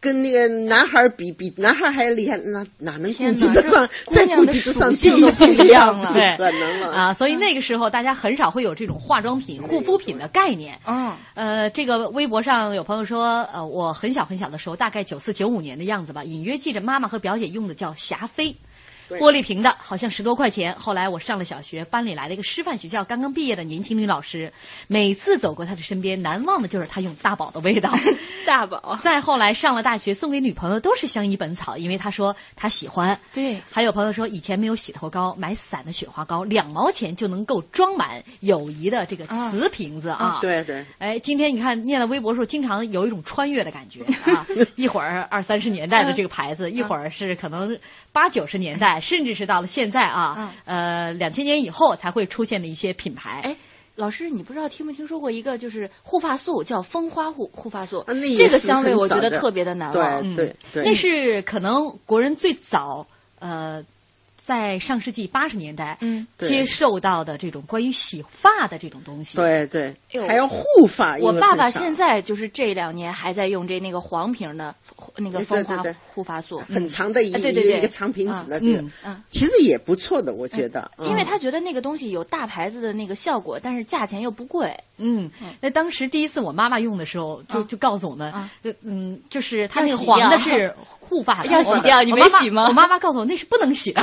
[SPEAKER 10] 跟那个男孩比，比男孩还厉害，那哪能顾及得上？再顾及得上，
[SPEAKER 4] 性都不一样了，
[SPEAKER 10] 对，可能了
[SPEAKER 8] 啊。所以那个时候，大家很少会有这种化妆品、护肤品的概念。
[SPEAKER 4] 嗯，
[SPEAKER 8] 呃，这个微博上有朋友说，呃，我很小很小的时候，大概九四九五年的样子吧，隐约记着妈妈和表姐用的叫霞飞，玻璃瓶的，好像十多块钱。后来我上了小学，班里来了一个师范学校刚刚毕业的年轻女老师，每次走过她的身边，难忘的就是她用大宝的味道。
[SPEAKER 4] 大宝。啊
[SPEAKER 8] 再后来上了大学，送给女朋友都是香依本草，因为她说她喜欢。
[SPEAKER 4] 对。
[SPEAKER 8] 还有朋友说，以前没有洗头膏，买散的雪花膏，两毛钱就能够装满友谊的这个瓷瓶子啊。
[SPEAKER 10] 啊对对。
[SPEAKER 8] 哎，今天你看念了微博的时候，经常有一种穿越的感觉 啊，一会儿二三十年代的这个牌
[SPEAKER 4] 嗯
[SPEAKER 8] 子，一会儿是可能八九十年代，甚至是到了现在啊，呃，两千年以后才会出现的一些品牌。
[SPEAKER 4] 嗯哎。老师，你不知道听没听说过一个就是护发素叫蜂花护护发素，
[SPEAKER 10] 啊、
[SPEAKER 4] 这个香味我觉得特别的难嗯
[SPEAKER 10] 忘。对对对，
[SPEAKER 8] 那是可能国人最早呃，在上世纪八十年代
[SPEAKER 4] 嗯
[SPEAKER 8] 接受到的这种关于洗发的这种东西。
[SPEAKER 10] 对对，还有护发。
[SPEAKER 4] 哎我爸爸现在就是这两年还在用这那个黄瓶的那个蜂花护发素，嗯
[SPEAKER 10] 很长的一
[SPEAKER 4] 对对对啊
[SPEAKER 10] 一个长瓶子的，嗯嗯，其实也不错的，我觉得，
[SPEAKER 4] 嗯因为他觉得那个东西有大牌子的那个效果，但是价钱又不贵。
[SPEAKER 8] 嗯，那当时第一次我妈妈用的时候，
[SPEAKER 4] 啊
[SPEAKER 8] 就就告诉我们，嗯，就是它那个黄的是护发的，
[SPEAKER 4] 要洗掉，你没洗吗？
[SPEAKER 8] 我妈妈告诉我那是不能洗的，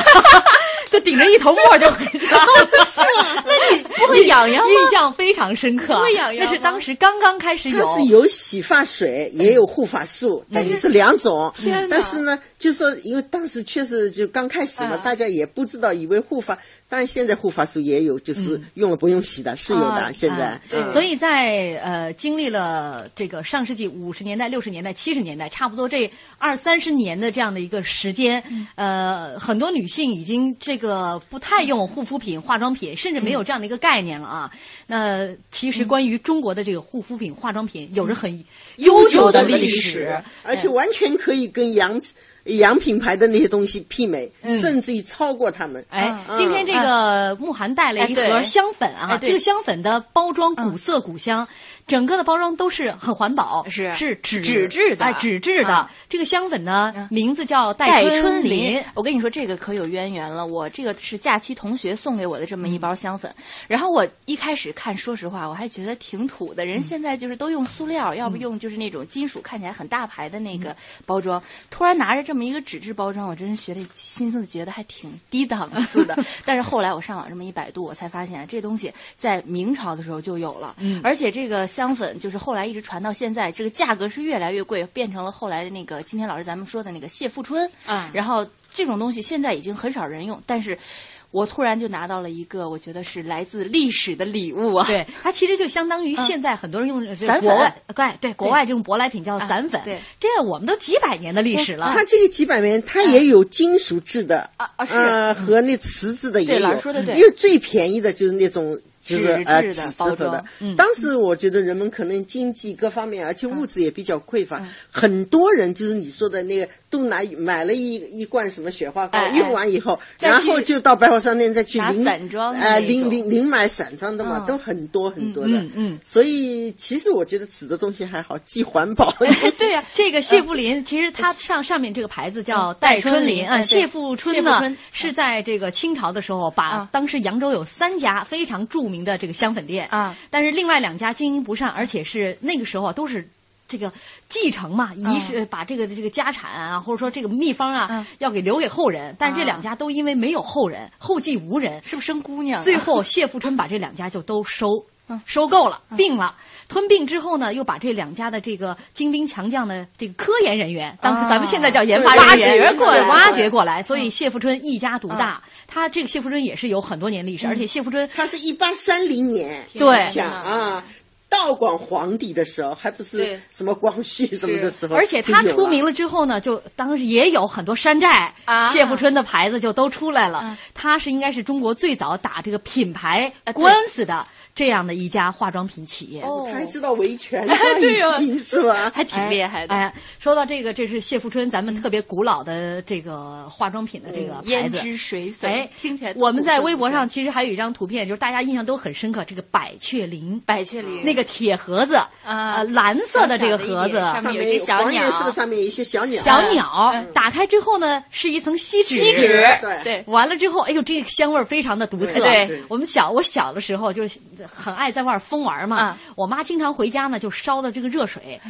[SPEAKER 8] 就顶着一头沫就回 家。
[SPEAKER 4] 那你不会痒痒吗？
[SPEAKER 8] 印象非常深刻，啊
[SPEAKER 4] 不会痒痒。
[SPEAKER 8] 那是当时刚刚开始有，
[SPEAKER 10] 嗯它是有洗发水，也有护发素，
[SPEAKER 4] 嗯
[SPEAKER 10] 等于是两种。但是呢，就说因为当时确实就刚开
[SPEAKER 4] 啊
[SPEAKER 10] 始嘛，大家也不知道，以为护发。当然，现在护发素也有，
[SPEAKER 4] 嗯
[SPEAKER 10] 就是用了不用洗的，是有
[SPEAKER 4] 啊
[SPEAKER 10] 的。现在，
[SPEAKER 8] 啊所以在呃经历了这个上世纪五十年代、六十年代、七十年代，差不多这二三十年的这样的一个时间，呃，很多女性已经这个不太用护肤品、化妆品，甚至没有这样的一个概念了啊。那其实关于中国的这个护肤品、化妆品，有着很悠久
[SPEAKER 4] 的
[SPEAKER 8] 历
[SPEAKER 4] 史，
[SPEAKER 10] 而且完全可以跟洋。洋品牌的那些东西媲美，
[SPEAKER 8] 嗯
[SPEAKER 10] 甚至于超过他们。
[SPEAKER 8] 哎，
[SPEAKER 4] 嗯
[SPEAKER 8] 今天这个慕寒带
[SPEAKER 4] 哎
[SPEAKER 8] 了一盒香粉啊，这个香粉的包装古色古香，整个的包装都是很环保，
[SPEAKER 4] 是
[SPEAKER 8] 是纸
[SPEAKER 4] 纸质的，嗯
[SPEAKER 8] 哎，纸质的。这个香粉呢，名字叫戴
[SPEAKER 4] 春
[SPEAKER 8] 林。
[SPEAKER 4] 我跟你说，这个可有渊源了。我这个是假期同学送给我的这么一包香粉，然后我一开始看，说实话，我还觉得挺土的。人现在就是都用塑料，要不用就是那种金属，看起来很大牌的那个包装。突然拿着这么一个纸质包装，我真是觉得心思觉得还挺低档次 的。但是后来我上网这么一百度，我才发现这东西在明朝的时候就有了，嗯、而且这个香粉就是后来一直传到现在，这个价格是越来越贵，变成了后来的那个今天老师咱们说的那个谢富春。啊、嗯，然后这种东西现在已经很少人用，但是。我突然就拿到了一个，我觉得是来自历史的礼物啊！
[SPEAKER 8] 对，它其实就相当于现在很多人用的
[SPEAKER 4] 嗯散粉，嗯
[SPEAKER 8] 国外对对国外这种舶来品叫散粉，对，这我们都几百年的历史 了。
[SPEAKER 10] 它这个几百年，它也有金属制的呃
[SPEAKER 4] 啊啊是
[SPEAKER 10] 和那瓷质的也有，
[SPEAKER 4] 说的对，
[SPEAKER 10] 因为最便宜的就是那种就是呃
[SPEAKER 4] 纸
[SPEAKER 10] 质
[SPEAKER 4] 的。嗯
[SPEAKER 10] 当时我觉得人们可能经济各方面，而且物质也比较匮
[SPEAKER 4] 嗯
[SPEAKER 10] 乏，很多人就是你说的那个。都拿买了一一罐什么雪花膏，
[SPEAKER 4] 哎
[SPEAKER 10] 用完以后，然后就到百货商店再去领
[SPEAKER 4] 散装，嗯
[SPEAKER 10] 哎，领领领买散装的嘛，都很多很多的。
[SPEAKER 8] 嗯嗯。
[SPEAKER 10] 所以其实我觉得纸的东西还好，既环 保。
[SPEAKER 8] 对呀， 这个谢富林其实它上上面这个牌子叫戴春林啊，谢富春嗯呢是在这个清朝的时候，把当时扬州有三家非常著名的这个香粉店
[SPEAKER 4] 啊，
[SPEAKER 8] 但是另外两家经营不善，而且是那个时候啊都是。这个继承嘛，遗是把这个这个家产啊，或者说这个秘方啊，要给留给后人。但是这两家都因为没有后人，后继无人，
[SPEAKER 4] 是不是生姑娘？ 啊
[SPEAKER 8] 最后谢富春把这两家就都收，收购了，并了。吞并之后呢，又把这两家的这个精兵强将的这个科研人员，当时咱们现在叫研发
[SPEAKER 4] 挖掘
[SPEAKER 8] 过来，挖掘过来。所以谢富春一家独大，他这个谢富春也是有很多年历史，而且谢富春
[SPEAKER 10] 他是一八三零年，
[SPEAKER 8] 对
[SPEAKER 10] 啊。道光皇帝的时候，还不是什么光绪什么的时候，
[SPEAKER 8] 而且他出名了之后呢，就当时也有很多山寨
[SPEAKER 4] 啊，
[SPEAKER 8] 谢富春的牌子就都出来了。啊、他是应该是中国最早打这个品牌官司的。啊这样的一家化妆品企业，
[SPEAKER 10] 哦他还知道维权，对是吧？
[SPEAKER 4] 哦还挺厉害的。
[SPEAKER 8] 哎，说到这个，这是谢富春，咱们特别古老的这个化妆品的这个
[SPEAKER 4] 嗯胭脂水粉，
[SPEAKER 8] 哎，
[SPEAKER 4] 听起来
[SPEAKER 8] 我们在微博上其实还有一张图片，就是大家印象都很深刻，这个百雀羚，
[SPEAKER 4] 百雀羚
[SPEAKER 8] 那个铁盒子呃
[SPEAKER 4] 啊，
[SPEAKER 8] 蓝色的这个盒子，
[SPEAKER 4] 上面有一只小鸟，
[SPEAKER 10] 黄色的上面有一些小鸟，
[SPEAKER 8] 小鸟打开之后呢，是一层锡纸，
[SPEAKER 4] 锡纸，
[SPEAKER 10] 对，
[SPEAKER 8] 完了之后，哎呦，这个香味非常的独特。
[SPEAKER 4] 对，
[SPEAKER 8] 我们小我小的时候就是。很爱在外疯玩嘛，嗯、我妈经常回家呢，就烧的这个热水，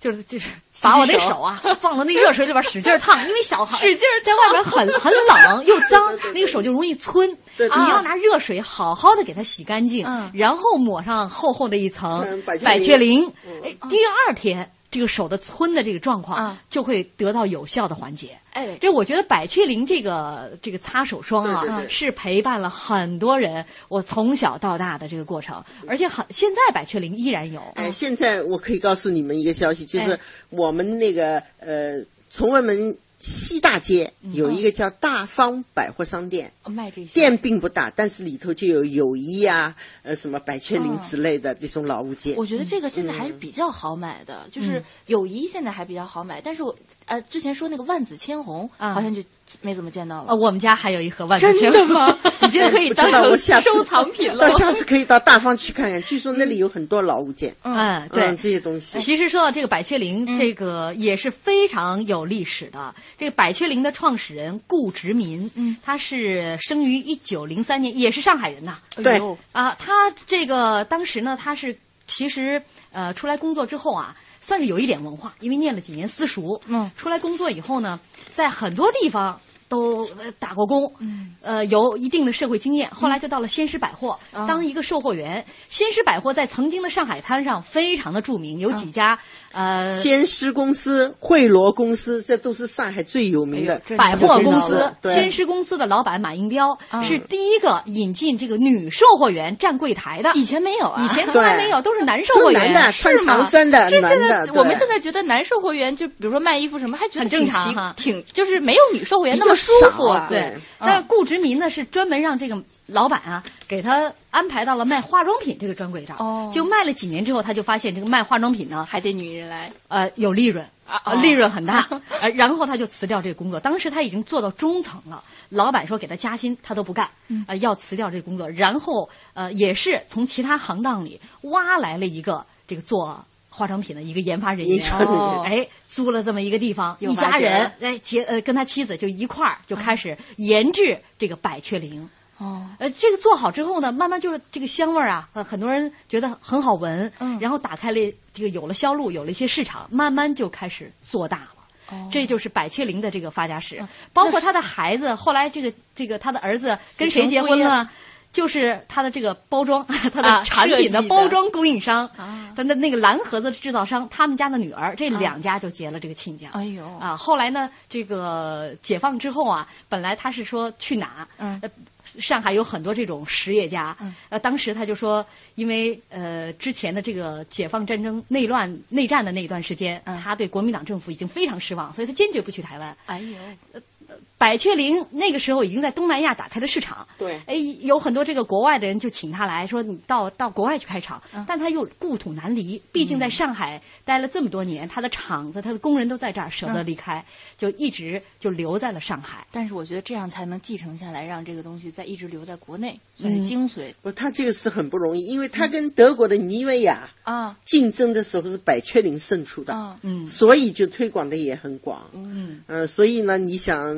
[SPEAKER 8] 就是就是把我那手啊放到那热水里边使劲烫，因为小孩
[SPEAKER 4] 使劲
[SPEAKER 8] 在外边很很冷又脏，那个手就容易皴。
[SPEAKER 10] 对对
[SPEAKER 8] 你要拿热水好好的给它洗干净，
[SPEAKER 4] 嗯、
[SPEAKER 8] 然后抹上厚厚的一层
[SPEAKER 10] 百
[SPEAKER 8] 雀
[SPEAKER 10] 羚。
[SPEAKER 8] 哎，第二天。这个手的皴的这个状况就会得到有效的缓解。
[SPEAKER 4] 哎，
[SPEAKER 8] 这我觉得百雀羚这个这个擦手霜
[SPEAKER 4] 嗯
[SPEAKER 8] 啊，是陪伴了很多人我从小到大的这个过程，而且很现在百雀羚依然有。
[SPEAKER 10] 哎，现在我可以告诉你们一个消息，就是我们那个呃崇文门西大街有一个叫大方百货商店，
[SPEAKER 4] 卖这些
[SPEAKER 10] 店并不大，但是里头就有友谊啊，呃什么百雀羚之类的这种老物件。
[SPEAKER 4] 我觉得这个现在
[SPEAKER 8] 嗯
[SPEAKER 4] 还是比较好买的，就是友谊现在还比较好买，但是我呃之前说那个万紫千红
[SPEAKER 8] 嗯
[SPEAKER 4] 好像就没怎么见到了。啊，
[SPEAKER 8] 呃我们家还有一盒万紫千
[SPEAKER 4] 红，真的吗？已经 可以当成收藏品了。
[SPEAKER 10] 到下次可以到大方去看看，据说那里有很多老物件。
[SPEAKER 8] 嗯，对
[SPEAKER 10] 这些东西。
[SPEAKER 8] 其实说到这个百雀
[SPEAKER 4] 嗯
[SPEAKER 8] 羚，这个也是非常有历史的。这个百雀羚的创始人顾直民，嗯，他是生于一九零三年，也是上海人呐。
[SPEAKER 4] 哦
[SPEAKER 10] 对
[SPEAKER 8] 啊，他这个当时呢，他是其实呃出来工作之后啊，算是有一点文化，因为念了几年私塾，
[SPEAKER 4] 嗯，
[SPEAKER 8] 出来工作以后呢，在很多地方都呃打过工，
[SPEAKER 4] 嗯，
[SPEAKER 8] 呃，有一定的社会经验。后来就到了先施百货、嗯、当一个售货员。先施百货在曾经的上海滩上非常的著名，有几家。呃，
[SPEAKER 10] 先施公司、惠罗公司，这都是上海最有名的
[SPEAKER 8] 哎百货公司。啊先施公司的老板马应彪是第一个引进这个女售货员站柜台的，
[SPEAKER 4] 以前没有啊，
[SPEAKER 8] 以前从来没有，都是男售货员，
[SPEAKER 10] 男的穿长衫的，
[SPEAKER 8] 这
[SPEAKER 10] 现在
[SPEAKER 4] 我们现在觉得男售货员就比如说卖衣服什么，还觉得
[SPEAKER 8] 很正常
[SPEAKER 4] 哈，挺就是没有女售货员那么
[SPEAKER 8] 舒服啊。对，嗯、但是顾直民呢是专门让这个老板啊给他安排到了卖化妆品这个专柜上，哦、就卖了几年之后，他就发现这个卖化妆品呢
[SPEAKER 4] 还得女人来，
[SPEAKER 8] 呃，有利润。啊，利润很 大，呃，然后他就辞掉这个工作。当时他已经做到中层了，老板说给他加薪，他都不干，呃，要辞掉这个工作。然后，呃，也是从其他行当里挖来了一个这个做化妆品的一个研发人员，
[SPEAKER 10] 哦、
[SPEAKER 8] 哎，租了这么一个地方，一家人，哎，结呃跟他妻子就一块儿就开始研制这个百雀羚。
[SPEAKER 4] 哦，
[SPEAKER 8] 呃，这个做好之后呢，慢慢就是这个香味儿啊，很多人觉得很好闻，嗯，然后打开了这个有了销路，有了一些市场，慢慢就开始做大了。哦，这就是百雀羚的这个发家史，哦、包括他的孩子，后来这个这个他的儿子跟谁结婚了？就是他的这个包装， 他的产品啊的包装供应商，啊、他的那个蓝盒子制造商，他们家的女儿，这两家就结了这个亲家。
[SPEAKER 4] 哎呦
[SPEAKER 8] 啊！后来呢，这个解放之后啊，本来他是说去哪？嗯、呃，上海有很多这种实业家。嗯、呃，当时他就说，因为呃之前的这个解放战争内乱内战的那一段时间，嗯、他对国民党政府已经非常失望，所以他坚决不去台湾。
[SPEAKER 4] 哎呦！呃
[SPEAKER 8] 百雀羚那个时候已经在东南亚打开了市场，
[SPEAKER 10] 对，
[SPEAKER 8] 哎，有很多这个国外的人就请他来说，你到到国外去开厂，嗯、但他又故土难离，毕竟在上海待了这么多年，嗯、他的厂子、他的工人都在这儿，舍不得离开，嗯、就一直就留在了上海。
[SPEAKER 4] 但是我觉得这样才能继承下来，让这个东西再一直留在国内，算是精髓。
[SPEAKER 10] 不，他这个是很不容易，因为他跟德国的妮维雅
[SPEAKER 4] 啊
[SPEAKER 10] 竞争的时候是百雀羚胜出的，
[SPEAKER 8] 嗯，
[SPEAKER 10] 所以就推广的也很广，
[SPEAKER 8] 嗯
[SPEAKER 10] 嗯、呃，所以呢，你想。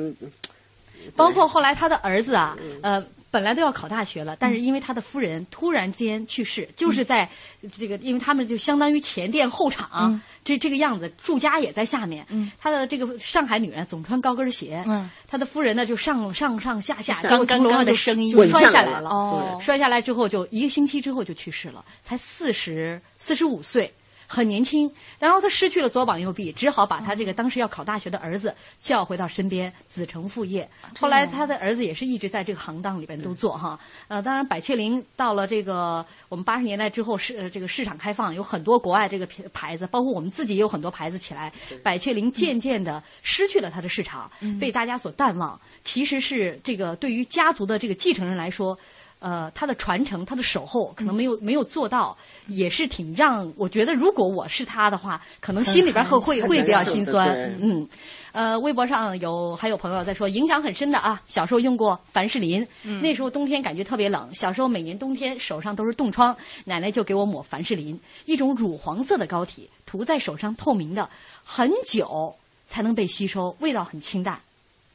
[SPEAKER 8] 包括后来他的儿子啊，呃，本来都要考大学了，但是因为他的夫人突然间去世，就是在这个，因为他们就相当于前店后厂，这这个样子，住家也在下面。他的这个上海女人总穿高跟鞋，他的夫人呢就上上上下下，
[SPEAKER 4] 刚刚刚
[SPEAKER 8] 的
[SPEAKER 4] 声音
[SPEAKER 8] 就摔下
[SPEAKER 10] 来
[SPEAKER 8] 了，哦摔下来之后就一个星期之后就去世了，才四十四十五岁。很年轻，然后他失去了左膀右臂，只好把他这个当时要考大学的儿子叫回到身边，子承父业。后来他的儿子也是一直在这个行当里边都做哈。呃，当然百雀羚到了这个我们八十年代之后市、呃、这个市场开放，有很多国外这个牌子，包括我们自己也有很多牌子起来。百雀羚渐渐的失去了它的市场，嗯、被大家所淡忘。其实是这个对于家族的这个继承人来说。呃，他的传承，他的守候，可能没有、嗯、没有做到，也是挺让我觉得，如果我是他的话，可能心里边会会会比较心酸。嗯，呃，微博上有还有朋友在说，影响很深的啊，小时候用过凡士林，嗯、那时候冬天感觉特别冷，小时候每年冬天手上都是冻疮，奶奶就给我抹凡士林，一种乳黄色的膏体，涂在手上透明的，很久才能被吸收，味道很清淡。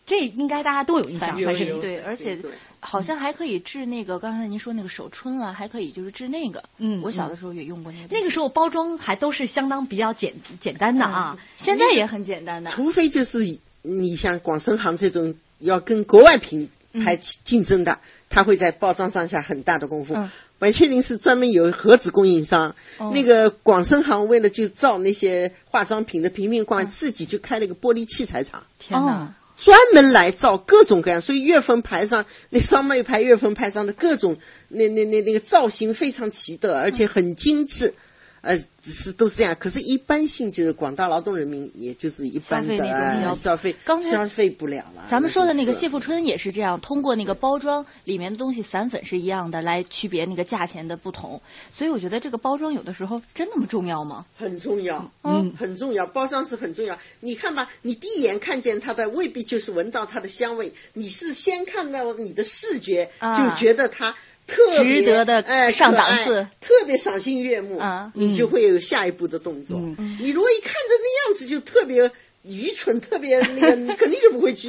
[SPEAKER 8] 这应该大家都有印象，凡士林
[SPEAKER 4] 对，而且好像还可以治那个刚才您说那个手春啊，还可以就是治那个。
[SPEAKER 8] 嗯，
[SPEAKER 4] 我小的时候也用过那个。
[SPEAKER 8] 那个时候包装还都是相当比较简简单的啊，
[SPEAKER 4] 现在也很简单的。
[SPEAKER 10] 除非就是你像广生堂这种要跟国外品牌竞争的，他会在包装上下很大的功夫。百雀羚是专门有盒子供应商，那个广生堂为了就造那些化妆品的平面罐，自己就开了个玻璃器材厂。
[SPEAKER 4] 天哪！
[SPEAKER 10] 专门来造各种各样，所以月份牌上那烧麦牌月份牌上的各种那那那那个造型非常奇特，而且很精致，呃，是都是这样。可是，一般性就是广大劳动人民，也就是一般的呃消费，
[SPEAKER 4] 刚
[SPEAKER 10] 消费不了了。
[SPEAKER 4] 咱们说的那个谢富春也是这样，通过那个包装里面的东西散粉是一样的来区别那个价钱的不同。所以我觉得这个包装有的时候真那么重要吗？
[SPEAKER 10] 很重要。
[SPEAKER 4] 哦
[SPEAKER 10] 嗯，很重要，包装是很重要。你看吧，你第一眼看见它的未必就是闻到它的香味，你是先看到你的视觉、
[SPEAKER 4] 啊、
[SPEAKER 10] 就觉得它特
[SPEAKER 4] 别值得的
[SPEAKER 10] 哎
[SPEAKER 4] 上档次，
[SPEAKER 10] 特别赏心悦目
[SPEAKER 4] 啊，
[SPEAKER 10] 你就会有下一步的动作。嗯、你如果一看着那样子就特别。愚蠢，特别那个，你肯定就不会去。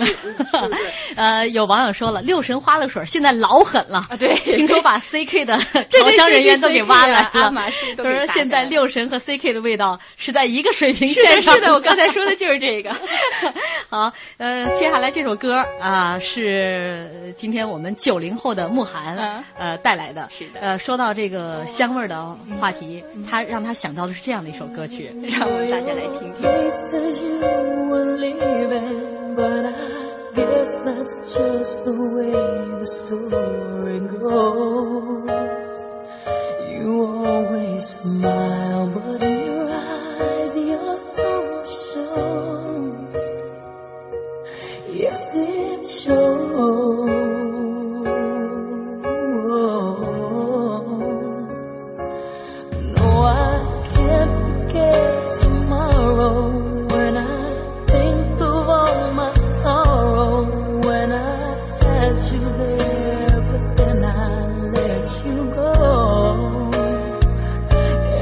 [SPEAKER 8] 呃，有网友说了，六神花露水现在老狠了，
[SPEAKER 4] 啊、对，
[SPEAKER 8] 听说把 CK 的调香人员都给挖来了。
[SPEAKER 4] 他
[SPEAKER 8] 说现在六神和 CK 的味道是在一个水平线 上。
[SPEAKER 4] 是的，我刚才说的就是这个。
[SPEAKER 8] 好，呃，接下来这首歌啊、呃，是今天我们九零后的慕寒、啊、呃带来的。
[SPEAKER 4] 嗯是的。嗯
[SPEAKER 8] 呃，说到这个香味儿的话题，嗯、他让他想到的是这样的一首歌曲，
[SPEAKER 4] 让我们大家来听听。
[SPEAKER 42] and leaving, but I guess that's just the way the story goes. You always smile, but in your eyes your soul shows.
[SPEAKER 28] Yes, it shows. No, I can't forget tomorrow when I think of all my sorrow when I had you there, but then I let you go.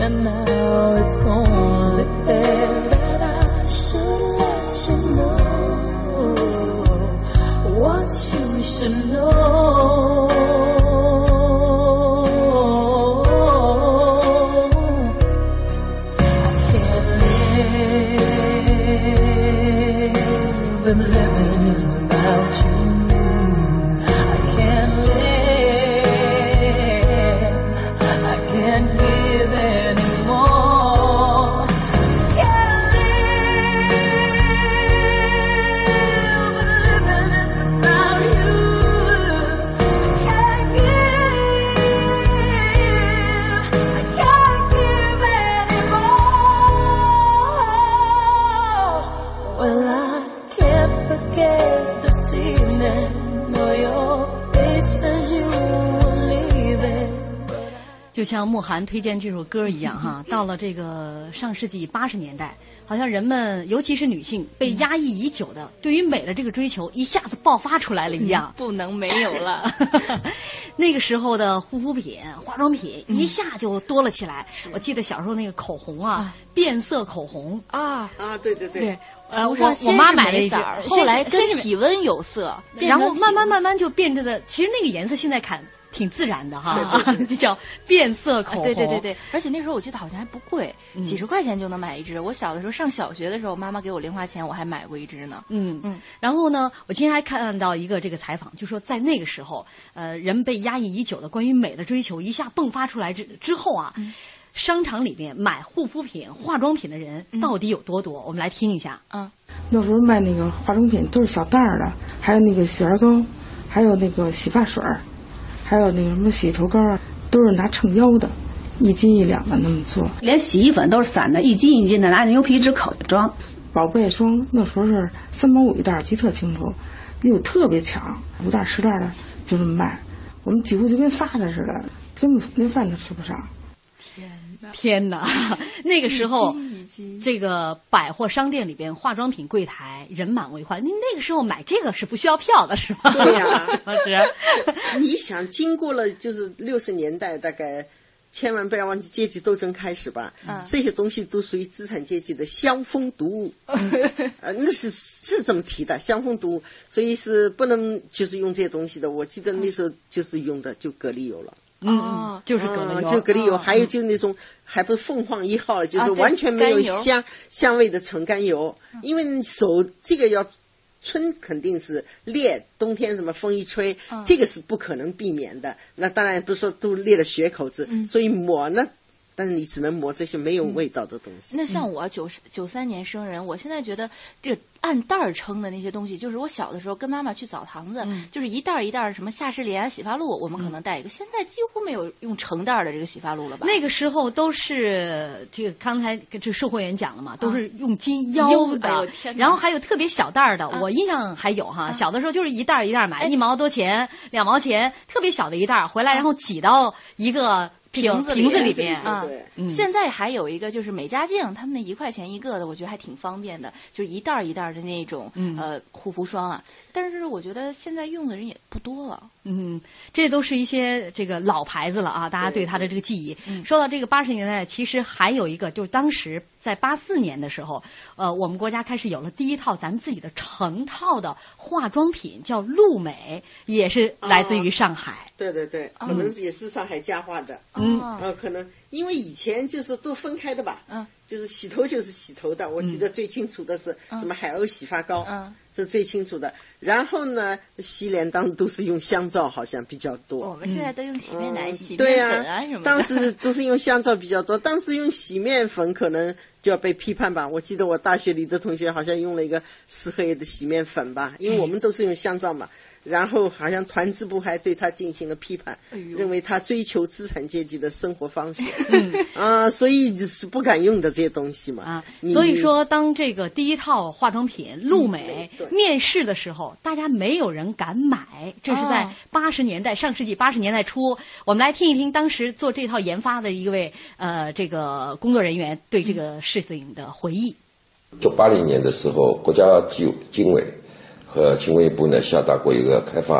[SPEAKER 28] And now it's only fair that I should let you know what you should know. I can't live, and living is without you. I can't live. I can't give anymore. Can't live, living is without you. Can't give, I can't give
[SPEAKER 10] 哦
[SPEAKER 28] anymore. Well, I can't forget this evening, nor your face as you were leaving.
[SPEAKER 8] 就像慕寒推荐这首歌一样 哈，到了这个上世纪八十年代，好像人们，尤其是女性，被压抑已久的对于美的这个追求一下子爆发出来了一样。
[SPEAKER 4] 不能没有 了。嗯
[SPEAKER 8] 那个时候的护肤品、化妆品一下就多了起来。我记得小时候那个口红啊，变色口红
[SPEAKER 4] 啊
[SPEAKER 10] 啊，对对对，
[SPEAKER 8] 呃，我
[SPEAKER 4] 涂上
[SPEAKER 8] 我
[SPEAKER 4] 先
[SPEAKER 8] 妈
[SPEAKER 4] 是
[SPEAKER 8] 买了
[SPEAKER 4] 没
[SPEAKER 8] 一支
[SPEAKER 4] 色儿，
[SPEAKER 8] 先
[SPEAKER 4] 后
[SPEAKER 8] 是
[SPEAKER 4] 来跟
[SPEAKER 8] 先是
[SPEAKER 4] 体温有色，变
[SPEAKER 8] 然后
[SPEAKER 4] 成
[SPEAKER 8] 慢慢慢慢就变成的，其实那个颜色现在看挺自然的哈， 比较变色口红。
[SPEAKER 4] 啊对对对嗯对，而且那时候我记得好像还不贵，几十块钱就能买一支。我小的时候上小学的时候，妈妈给我零花钱，我还买过一支呢。
[SPEAKER 8] 嗯嗯，然后呢，我今天还看到一个这个采访，就说在那个时候，呃，人被压抑已久的关于美的追求一下迸发出来之之后啊，
[SPEAKER 10] 嗯
[SPEAKER 8] 商场里面买护肤品、化妆品的人到底有多多？我们来听一下。
[SPEAKER 4] 啊，
[SPEAKER 5] 那时候卖那个化妆品都是小袋儿的，还有那个洗发膏，还有那个洗发水儿，还有那个什么洗头膏啊，都是拿称腰的，一斤一两的那么做。
[SPEAKER 43] 连洗衣粉都是散的，一斤一斤的拿牛皮纸口装。
[SPEAKER 5] 宝贝霜那时候是三毛五一袋儿，记得特清楚，又特别抢，五袋儿十袋儿的就这么卖，我们几乎就跟发的似的，根本连饭都吃不上。
[SPEAKER 10] 嗯
[SPEAKER 8] 天哪， 那个时候
[SPEAKER 5] 已经已经，
[SPEAKER 8] 这个百货商店里边化妆品柜台人满为患。你那个时候买这个是不需要票的，是吧？ 啊
[SPEAKER 10] 对呀、
[SPEAKER 8] 当时。
[SPEAKER 10] 你想，经过了就是六十年代，大概千万不要忘记阶级斗争开始吧。
[SPEAKER 4] 嗯
[SPEAKER 10] 这些东西都属于资产阶级的香风毒物， 呃，那是是这么提的，香风毒物，所以是不能就是用这些东西的。我记得那时候就是用的就蛤蜊油了。
[SPEAKER 8] 嗯嗯，就是
[SPEAKER 10] 嗯
[SPEAKER 8] 葛优，
[SPEAKER 10] 就蛤蜊油，
[SPEAKER 8] 嗯
[SPEAKER 10] 还有就那种还不是凤凰一号了，就
[SPEAKER 8] 啊
[SPEAKER 10] 是
[SPEAKER 8] 对
[SPEAKER 10] 完全没有
[SPEAKER 8] 甘油嗯
[SPEAKER 10] 香香味的纯甘油，因为你手这个要春肯定是裂，冬天什么风一吹
[SPEAKER 43] 嗯，
[SPEAKER 10] 这个是不可能避免的。那当然不是说都裂了血口子，
[SPEAKER 8] 嗯
[SPEAKER 10] 所以抹呢，但是你只能抹这些没有味道的东西。
[SPEAKER 4] 那
[SPEAKER 8] 嗯
[SPEAKER 4] 像我九十九三年生人，我现在觉得这个按袋儿称的那些东西，就是我小的时候跟妈妈去澡堂子，
[SPEAKER 8] 嗯
[SPEAKER 4] 就是一袋儿一袋儿什么夏士莲、洗发露，我们可能带一个。现在几乎没有用成袋儿的这个洗发露了吧？
[SPEAKER 8] 那个时候都是这个刚才这售货员讲了嘛，都是用金腰
[SPEAKER 4] 腰
[SPEAKER 8] 的，
[SPEAKER 4] 啊哎呦天哪啊
[SPEAKER 8] 然后还有特别小袋儿的，我印象还有哈，小的时候就是一袋儿一袋儿
[SPEAKER 4] 哎
[SPEAKER 8] 买，一毛多钱、两毛钱，特别小的一袋儿回来，然后挤到一个
[SPEAKER 4] 啊瓶
[SPEAKER 8] 子
[SPEAKER 4] 子
[SPEAKER 8] 瓶里
[SPEAKER 4] 里
[SPEAKER 8] 边
[SPEAKER 4] 啊
[SPEAKER 8] 嗯，
[SPEAKER 4] 现在还有一个就是美加净，他们那一块钱一个的，我觉得还挺方便的，就是一袋儿一袋儿的那种、
[SPEAKER 8] 嗯
[SPEAKER 4] 呃护肤霜啊。但是我觉得现在用的人也不多了。
[SPEAKER 8] 嗯，这都是一些这个老牌子了啊，大家对它嗯的这个记忆。说到这个八十年代，其实还有一个，就是当时在八四年的时候，呃，我们国家开始有了第一套咱们自己的成套的化妆品，叫露美，也是来自于上海。
[SPEAKER 10] 对对对，可能也是上海家化的，
[SPEAKER 8] 嗯
[SPEAKER 10] 呃，可能因为以前就是都分开的吧，嗯，就是洗头就是洗头的，我记得最清楚的是什么海鸥洗发膏，嗯，这最清楚的。然后呢，洗脸当时都是用香皂，好像比较多。
[SPEAKER 4] 我们现在都用洗面奶、
[SPEAKER 10] 嗯
[SPEAKER 4] 洗
[SPEAKER 10] 对
[SPEAKER 4] 面
[SPEAKER 10] 呀
[SPEAKER 4] 粉啊什么的。
[SPEAKER 10] 当时都是用香皂比较多，当时用洗面粉可能就要被批判吧。我记得我大学里的同学好像用了一个四合一的洗面粉吧，因为我们都是用香皂嘛。然后好像团支部还对他进行了批判，
[SPEAKER 4] 哎呦
[SPEAKER 10] 认为他追求资产阶级的生活方式，
[SPEAKER 4] 嗯
[SPEAKER 10] 啊，所以是不敢用的这些东西嘛。啊
[SPEAKER 8] 所以说，当这个第一套化妆品露美
[SPEAKER 10] 嗯对
[SPEAKER 8] 面世的时候，大家没有人敢买，这是在
[SPEAKER 4] 哦
[SPEAKER 8] 八十年代、上世纪八十年代初。我们来听一听当时做这套研发的一位呃这个工作人员对这个事情的回忆。
[SPEAKER 2] 就八零年的时候，国家经经委和经卫部呢下达过一个开发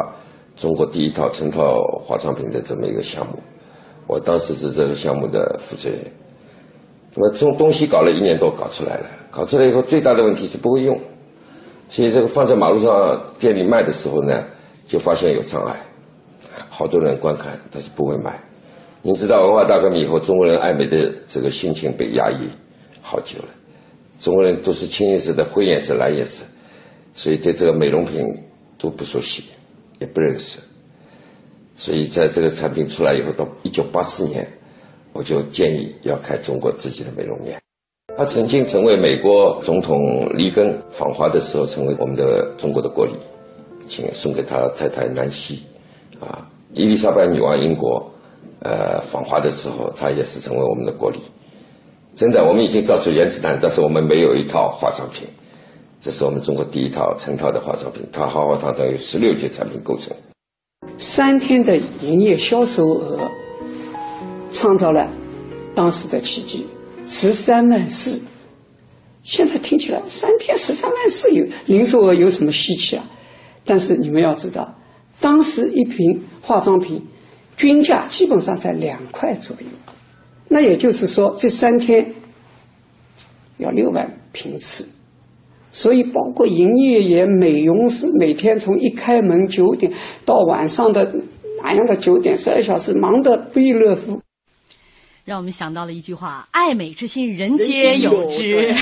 [SPEAKER 2] 中国第一套成套化妆品的这么一个项目，我当时是这个项目的负责人。那么中东西搞了一年多，搞出来了，搞出来以后最大的问题是不会用，所以这个放在马路上店里卖的时候呢，就发现有障碍，好多人观看，但是不会买。您知道文化大革命以后，中国人爱美的这个心情被压抑好久了。中国人都是清一色的灰颜色、蓝颜色，所以对这个美容品都不熟悉，也不认识。所以在这个产品出来以后，到一九八四年，我就建议要开中国自己的美容院。他曾经成为美国总统里根访华的时候，成为我们的中国的国礼，请送给他太太南希，啊，伊丽莎白女王英国，呃，访华的时候，他也是成为我们的国礼。真的，我们已经造出原子弹，但是我们没有一套化妆品，这是我们中国第一套成套的化妆品，它浩浩荡荡由十六件产品构成。
[SPEAKER 44] 三天的营业销售额创造了当时的奇迹，十三万四。现在听起来三天十三万四有零售额有什么稀奇啊？但是你们要知道，当时一瓶化妆品均价基本上在两块左右，那也就是说这三天要六万瓶次。所以包括营业员、美容师，每天从一开门九点到晚上的哪样的九点十二小时，忙得不亦乐乎。
[SPEAKER 8] 让我们想到了一句话：“爱美之心，人
[SPEAKER 44] 人
[SPEAKER 8] 皆
[SPEAKER 44] 皆
[SPEAKER 8] 有
[SPEAKER 44] 有
[SPEAKER 8] 之。”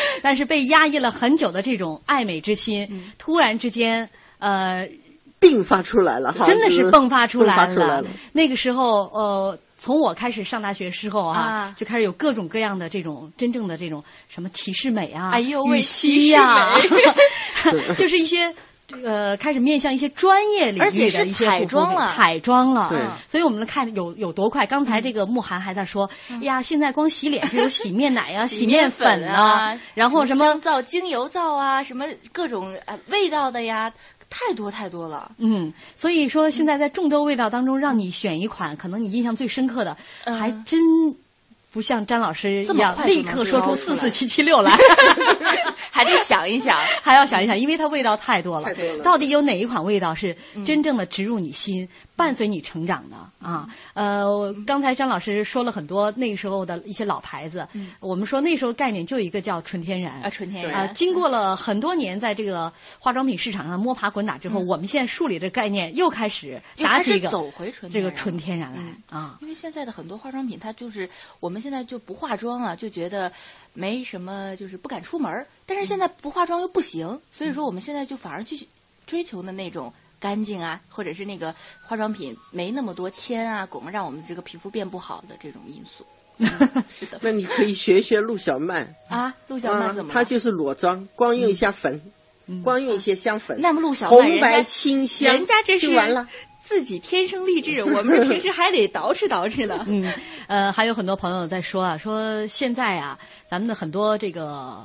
[SPEAKER 8] 但是被压抑了很久的这种爱美之心，突然之间，呃，
[SPEAKER 10] 迸发出来了哈，
[SPEAKER 8] 真的
[SPEAKER 10] 就是
[SPEAKER 8] 迸发出来
[SPEAKER 10] 迸发出来了。
[SPEAKER 8] 那个时候，呃，从我开始上大学之后啊，
[SPEAKER 4] 啊
[SPEAKER 8] 就开始有各种各样的这种真正的这种什么歧视美啊，
[SPEAKER 4] 哎呦
[SPEAKER 8] 玉
[SPEAKER 4] 喂
[SPEAKER 8] 溪呀、
[SPEAKER 4] 歧视
[SPEAKER 8] 就是一些。呃，开始面向一些专业领域的
[SPEAKER 4] 而且是
[SPEAKER 8] 一些
[SPEAKER 4] 彩
[SPEAKER 8] 护肤
[SPEAKER 4] 妆
[SPEAKER 8] 品
[SPEAKER 4] 了
[SPEAKER 8] 彩妆了，
[SPEAKER 4] 对
[SPEAKER 8] 所以我们看有有多快。刚才这个慕寒还在说，哎呀，现在光洗脸就有洗面奶呀、洗面粉
[SPEAKER 4] 啊，
[SPEAKER 8] 然后什么
[SPEAKER 4] 香皂、精油皂啊，什么各种呃味道的呀，太多太多了。
[SPEAKER 8] 嗯，所以说现在在众多味道当中，让你选一款，可能你印象最深刻的，还真不像詹老师
[SPEAKER 4] 嗯
[SPEAKER 8] 一
[SPEAKER 4] 这么
[SPEAKER 8] 样
[SPEAKER 4] 快就
[SPEAKER 8] 立
[SPEAKER 4] 能
[SPEAKER 8] 刻说
[SPEAKER 4] 标
[SPEAKER 8] 出
[SPEAKER 4] 出
[SPEAKER 8] 四
[SPEAKER 4] 来
[SPEAKER 8] 四七七六来，
[SPEAKER 4] 还得想一想，
[SPEAKER 8] 还要想一想，因为它味道太多了，
[SPEAKER 4] 太多了
[SPEAKER 8] 到底有哪一款味道是真正的植入你心、伴随你成长的啊？呃，我刚才张老师说了很多那个时候的一些老牌子，
[SPEAKER 4] 嗯
[SPEAKER 8] 我们说那时候概念就一个叫纯天然
[SPEAKER 4] 啊纯天然
[SPEAKER 8] 啊，经过了很多年在这个化妆品市场上摸爬滚打之后，
[SPEAKER 4] 嗯
[SPEAKER 8] 我们现在树立的概念又开始
[SPEAKER 4] 又
[SPEAKER 8] 打
[SPEAKER 4] 开
[SPEAKER 8] 起
[SPEAKER 4] 始
[SPEAKER 8] 一个
[SPEAKER 4] 走回纯
[SPEAKER 8] 这
[SPEAKER 4] 天
[SPEAKER 8] 个
[SPEAKER 4] 然嗯
[SPEAKER 8] 纯天然来、啊。
[SPEAKER 4] 因为现在的很多化妆品，它就是我们现在就不化妆啊了，就觉得没什么，就是不敢出门儿。但是现在不化妆又不行，所以说我们现在就反而去追求的那种干净啊，或者是那个化妆品没那么多铅啊、汞，让我们这个皮肤变不好的这种因素
[SPEAKER 10] 那你可以学一学陆小曼，
[SPEAKER 4] 啊。陆小曼怎么了？
[SPEAKER 10] 嗯
[SPEAKER 4] 嗯
[SPEAKER 10] 她就是裸妆，光用一下粉，光用一些香粉。
[SPEAKER 4] 那么陆小曼
[SPEAKER 10] 红白
[SPEAKER 4] 人家
[SPEAKER 10] 清香，
[SPEAKER 4] 人家这是
[SPEAKER 10] 就完了。
[SPEAKER 4] 自己天生丽质，我们 平时还得捯饬捯饬呢。
[SPEAKER 8] 嗯，呃，还有很多朋友在说啊，说现在啊，咱们的很多这个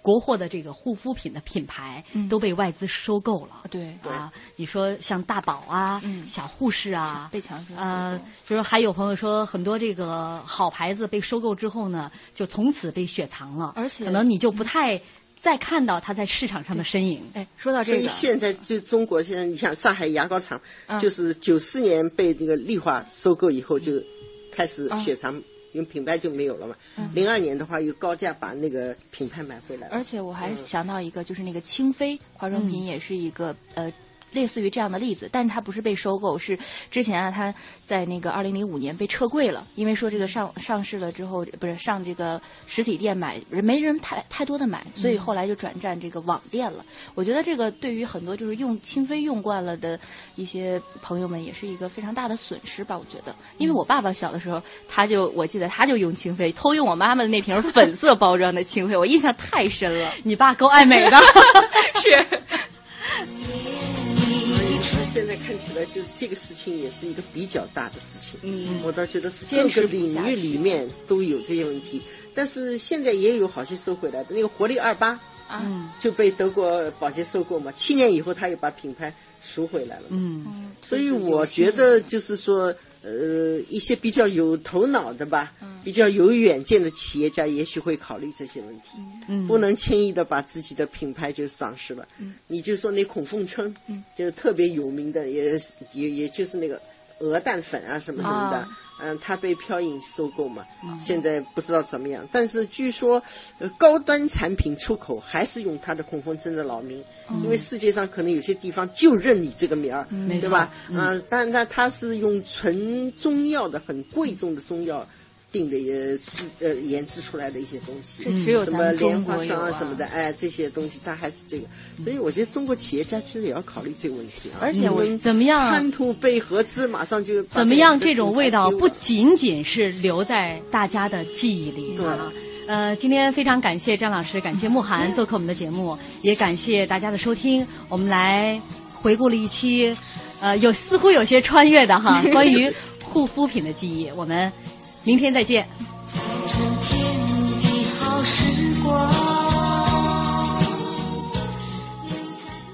[SPEAKER 8] 国货的这个护肤品的品牌
[SPEAKER 4] 嗯
[SPEAKER 8] 都被外资收购了。
[SPEAKER 4] 对嗯
[SPEAKER 8] 啊，你说像大宝啊、小护士啊，
[SPEAKER 4] 被强行
[SPEAKER 8] 呃，就是还有朋友说，很多这个好牌子被收购之后呢，就从此被雪藏了，
[SPEAKER 4] 而且
[SPEAKER 8] 可能你就不太再看到它在市场上的身影。
[SPEAKER 4] 哎，说到
[SPEAKER 10] 所以现在就中国现在，你想上海牙膏厂，
[SPEAKER 8] 嗯
[SPEAKER 10] 就是九四年被那个丽华收购以后，就开始雪藏，因为品牌就没有了嘛
[SPEAKER 4] 嗯。
[SPEAKER 10] 零二年的话，又高价把那个品牌买回来了。
[SPEAKER 4] 而且我还想到一个，就是那个清妃化妆
[SPEAKER 10] 嗯
[SPEAKER 4] 品也是一个、呃。类似于这样的例子，但是它不是被收购，是之前啊，它在那个二零零五年被撤柜了，因为说这个上上市了之后，不是上这个实体店买，人没人太太多的买，所以后来就转战这个网店了。我觉得这个对于很多就是用清妃用惯了的一些朋友们，也是一个非常大的损失吧。我觉得，因为我爸爸小的时候，他就我记得他就用清妃，偷用我妈妈的那瓶粉色包装的清妃，我印象太深了。
[SPEAKER 8] 你爸够爱美的，
[SPEAKER 4] 是。
[SPEAKER 45] 你的
[SPEAKER 10] 看起来就是这个事情也是一个比较大的事情。
[SPEAKER 8] 嗯，
[SPEAKER 10] 我倒觉得是
[SPEAKER 8] 坚
[SPEAKER 10] 各
[SPEAKER 8] 持
[SPEAKER 10] 个
[SPEAKER 8] 不
[SPEAKER 10] 领
[SPEAKER 8] 下
[SPEAKER 10] 域
[SPEAKER 8] 去
[SPEAKER 10] 里面都有这些问题，但是现在也有好些收回来的。那个活力二八
[SPEAKER 8] 啊
[SPEAKER 4] 嗯
[SPEAKER 10] 就被德国宝洁收购嘛，七年以后他又把品牌赎回来了。
[SPEAKER 8] 嗯，
[SPEAKER 10] 所以我觉得就是说，呃，一些比较有头脑的吧，比较有远见的企业家，也许会考虑这些问题，
[SPEAKER 8] 嗯
[SPEAKER 10] 不能轻易的把自己的品牌就丧失了。
[SPEAKER 8] 嗯
[SPEAKER 10] 你就说那孔凤琛，
[SPEAKER 8] 嗯
[SPEAKER 10] 就是特别有名的，也是也也就是那个鹅蛋粉啊什么什么的。
[SPEAKER 8] 啊
[SPEAKER 10] 嗯，他被飘逸收购嘛，
[SPEAKER 8] 嗯
[SPEAKER 10] 现在不知道怎么样。但是据说，呃，高端产品出口还是用他的孔凤琛的老名，
[SPEAKER 8] 嗯
[SPEAKER 10] 因为世界上可能有些地方就认你这个名儿，
[SPEAKER 8] 嗯没
[SPEAKER 10] 对
[SPEAKER 8] 错
[SPEAKER 10] 吧？
[SPEAKER 8] 嗯
[SPEAKER 10] 呃但他他是用纯中药的很贵重的中药定的也制呃研制出来的一些东西，
[SPEAKER 8] 这只有
[SPEAKER 10] 什
[SPEAKER 8] 咱
[SPEAKER 10] 么
[SPEAKER 8] 们
[SPEAKER 10] 莲
[SPEAKER 8] 中
[SPEAKER 10] 花
[SPEAKER 8] 国有
[SPEAKER 10] 霜
[SPEAKER 8] 啊
[SPEAKER 10] 什么的，哎，这些东西它还是这个，所以我觉得中国企业家其实也要考虑这个问题啊。
[SPEAKER 8] 而且我
[SPEAKER 10] 不能
[SPEAKER 8] 怎么样
[SPEAKER 10] 贪图被合资，马上就把
[SPEAKER 8] 怎么样？
[SPEAKER 10] 自己
[SPEAKER 8] 这
[SPEAKER 10] 的
[SPEAKER 8] 种
[SPEAKER 10] 品
[SPEAKER 8] 味
[SPEAKER 10] 牌
[SPEAKER 8] 道
[SPEAKER 10] 丢
[SPEAKER 8] 不
[SPEAKER 10] 了
[SPEAKER 8] 仅仅是留在大家的记忆里啊。呃，今天非常感谢张老师，感谢慕寒做客我们的节目，也感谢大家的收听。我们来回顾了一期，呃，有似乎有些穿越的哈，关于护肤品的记忆。我们明天再见。